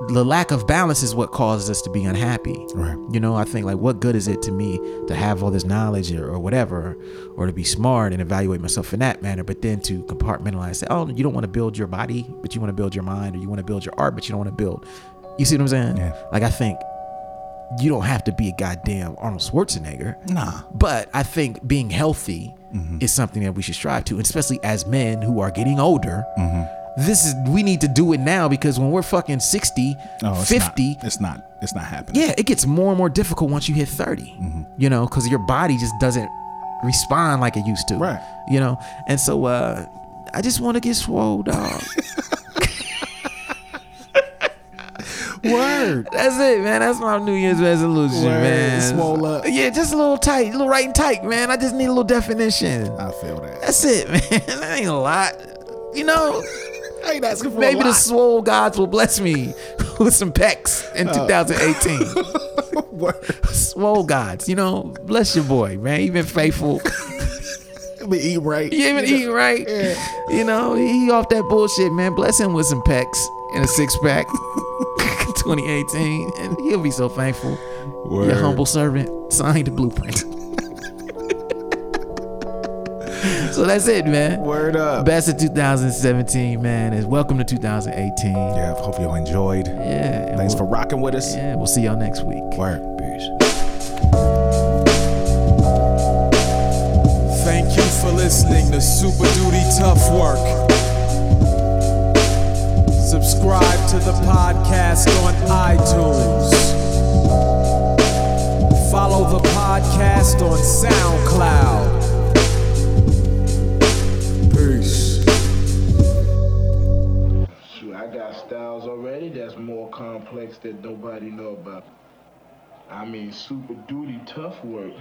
A: the lack of balance is what causes us to be unhappy.
C: Right.
A: You know, I think like, what good is it to me to have all this knowledge or, or whatever, or to be smart and evaluate myself in that manner, but then to compartmentalize that, oh, you don't want to build your body, but you want to build your mind, or you want to build your art, but you don't want to build. You see what I'm saying?
C: Yeah.
A: Like, I think you don't have to be a goddamn Arnold Schwarzenegger.
C: Nah.
A: But I think being healthy
C: Mm-hmm.
A: is something that we should strive to, and especially as men who are getting older.
C: Mm-hmm.
A: This is we need to do it now because when we're fucking 60,
C: No, Oh, it's
A: 50,
C: Not, it's not. It's not happening.
A: yeah, it gets more and more difficult once you hit 30,
C: Mm-hmm.
A: you know, because your body just doesn't respond like it used to.
C: Right.
A: You know, and so uh, I just want to get swole, dog.
C: Word.
A: [laughs] That's it, man. That's my New Year's resolution,
C: Word,
A: man.
C: swole up.
A: Yeah, just a little tight, a little right and tight, man. I just need a little definition.
C: [laughs] I feel
A: [laughs]
C: that.
A: That's it, man. that ain't a lot. You know,
C: I ain't asking for
A: maybe
C: a
A: the
C: lot.
A: swole gods will bless me [laughs] with some pecs in
C: Uh. [laughs]
A: 2018.
C: Word.
A: [laughs] swole gods, you know, bless your boy, man. He been faithful.
C: We eat right.
A: You ain't even eating right. You know, he off that bullshit, man. Bless him with some pecs and a six pack. 2018, and he'll be so thankful.
C: Word.
A: Your humble servant signed the blueprint. so that's it, man.
C: Word up.
A: Best of 2017, man. Is welcome to 2018. Yeah.
C: Yeah. Hope you enjoyed.
A: and
C: Thanks
A: we'll,
C: for rocking with us.
A: Yeah, we'll see y'all next week.
C: Word.
A: Peace.
D: Thank you for listening to Super Duty Tough Work. Subscribe to the podcast on iTunes. Follow the podcast on SoundCloud. Peace.
E: Shoot, I got styles already that's more complex that nobody know about. I mean, super duty tough work.